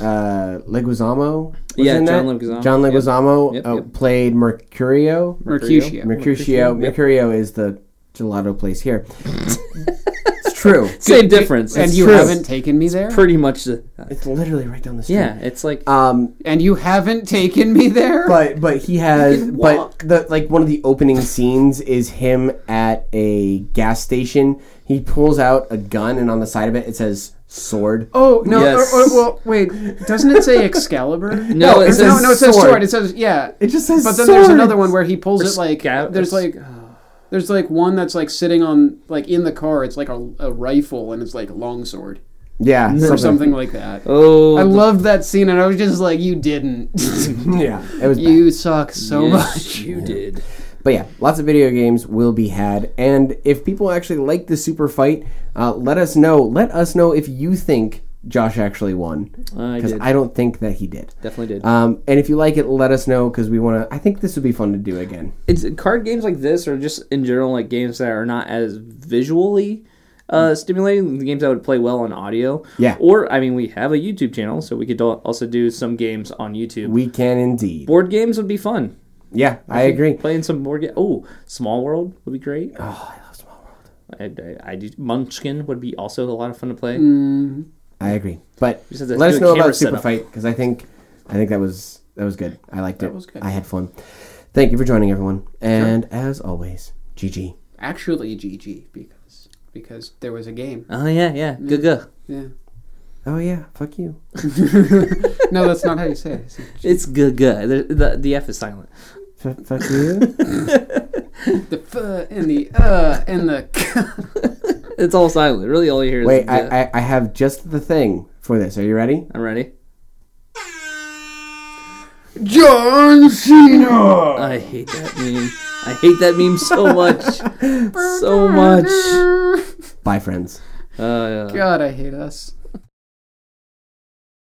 Speaker 3: Uh, Leguizamo. Was
Speaker 1: Yeah,
Speaker 3: in
Speaker 1: John
Speaker 3: that?
Speaker 1: Leguizamo.
Speaker 3: John
Speaker 1: Yep.
Speaker 3: Leguizamo
Speaker 1: Yep,
Speaker 3: uh,
Speaker 1: yep.
Speaker 3: played Mercurio.
Speaker 2: Mercutio.
Speaker 3: Mercutio.
Speaker 1: Yep.
Speaker 3: Mercurio is the gelato place here. it's true.
Speaker 1: Same difference.
Speaker 2: And
Speaker 1: It's
Speaker 2: you
Speaker 1: true.
Speaker 2: haven't taken me there?
Speaker 1: pretty much the
Speaker 3: It's literally right down the street.
Speaker 1: yeah. It's like
Speaker 3: Um,
Speaker 2: And you haven't taken me there?
Speaker 3: but but he has
Speaker 1: can
Speaker 3: but
Speaker 1: walk.
Speaker 3: the like one of the opening scenes is him at a gas station. He pulls out a gun and on the side of it it says sword.
Speaker 2: Oh no!
Speaker 1: Yes.
Speaker 2: Or, or, well, wait. Doesn't it say Excalibur?
Speaker 1: No, it
Speaker 2: no,
Speaker 1: says
Speaker 2: no. It says
Speaker 3: sword.
Speaker 2: sword. It says yeah.
Speaker 3: It just says
Speaker 2: But then there's
Speaker 3: sword.
Speaker 2: another one where he pulls it like
Speaker 1: scout-
Speaker 2: there's like there's like one that's like sitting on like in the car. It's like a, a rifle and it's like a long sword
Speaker 3: Yeah,
Speaker 2: or something like that.
Speaker 1: oh
Speaker 2: I loved that scene and I was just like, you didn't.
Speaker 3: Yeah, it was. bad.
Speaker 2: you suck so much.
Speaker 1: yes, you did.
Speaker 3: But yeah, lots of video games will be had, and if people actually like the super fight, uh, let us know. Let us know if you think Josh actually won,
Speaker 1: I
Speaker 3: because
Speaker 1: did.
Speaker 3: I, don't think that he did.
Speaker 1: Definitely did.
Speaker 3: Um, and if you like it, let us know because we want to. I think this would be fun to do again.
Speaker 1: it's card games like this, or just in general, like games that are not as visually uh, stimulating. The games that would play well on audio.
Speaker 3: Yeah.
Speaker 1: Or I mean, we have a YouTube channel, so we could al- also do some games on YouTube.
Speaker 3: We can indeed.
Speaker 1: board games would be fun.
Speaker 3: Yeah, I agree.
Speaker 1: Playing some board game. Oh, Small World would be great.
Speaker 3: Oh, I love Small World.
Speaker 1: I, I, I do, Munchkin would be also a lot of fun to play.
Speaker 3: I agree. But
Speaker 1: Just have to
Speaker 3: let
Speaker 1: do
Speaker 3: us
Speaker 1: a
Speaker 3: know
Speaker 1: camera
Speaker 3: about Super
Speaker 1: setup.
Speaker 3: Fight because I think I think that was that was good. I liked it.
Speaker 2: was good.
Speaker 3: I had fun. Thank you for joining everyone. And as always, GG.
Speaker 2: Actually, GG because because there was a game.
Speaker 1: Oh yeah, yeah,
Speaker 3: Mm.
Speaker 1: good go.
Speaker 2: Yeah.
Speaker 3: Oh yeah, fuck you.
Speaker 2: No, that's not how you say it. It's-
Speaker 1: It's good go. The, the the F is silent.
Speaker 3: F- fuck you.
Speaker 2: The f and the uh and the k.
Speaker 1: It's all silent. Really, all you hear is
Speaker 3: Wait,
Speaker 1: the-
Speaker 3: I, I I have just the thing for this. Are you ready?
Speaker 1: I'm ready.
Speaker 2: John Cena.
Speaker 1: I hate that meme. I hate that meme so much, so much.
Speaker 3: Bye, friends.
Speaker 1: Uh,
Speaker 2: God, I hate us.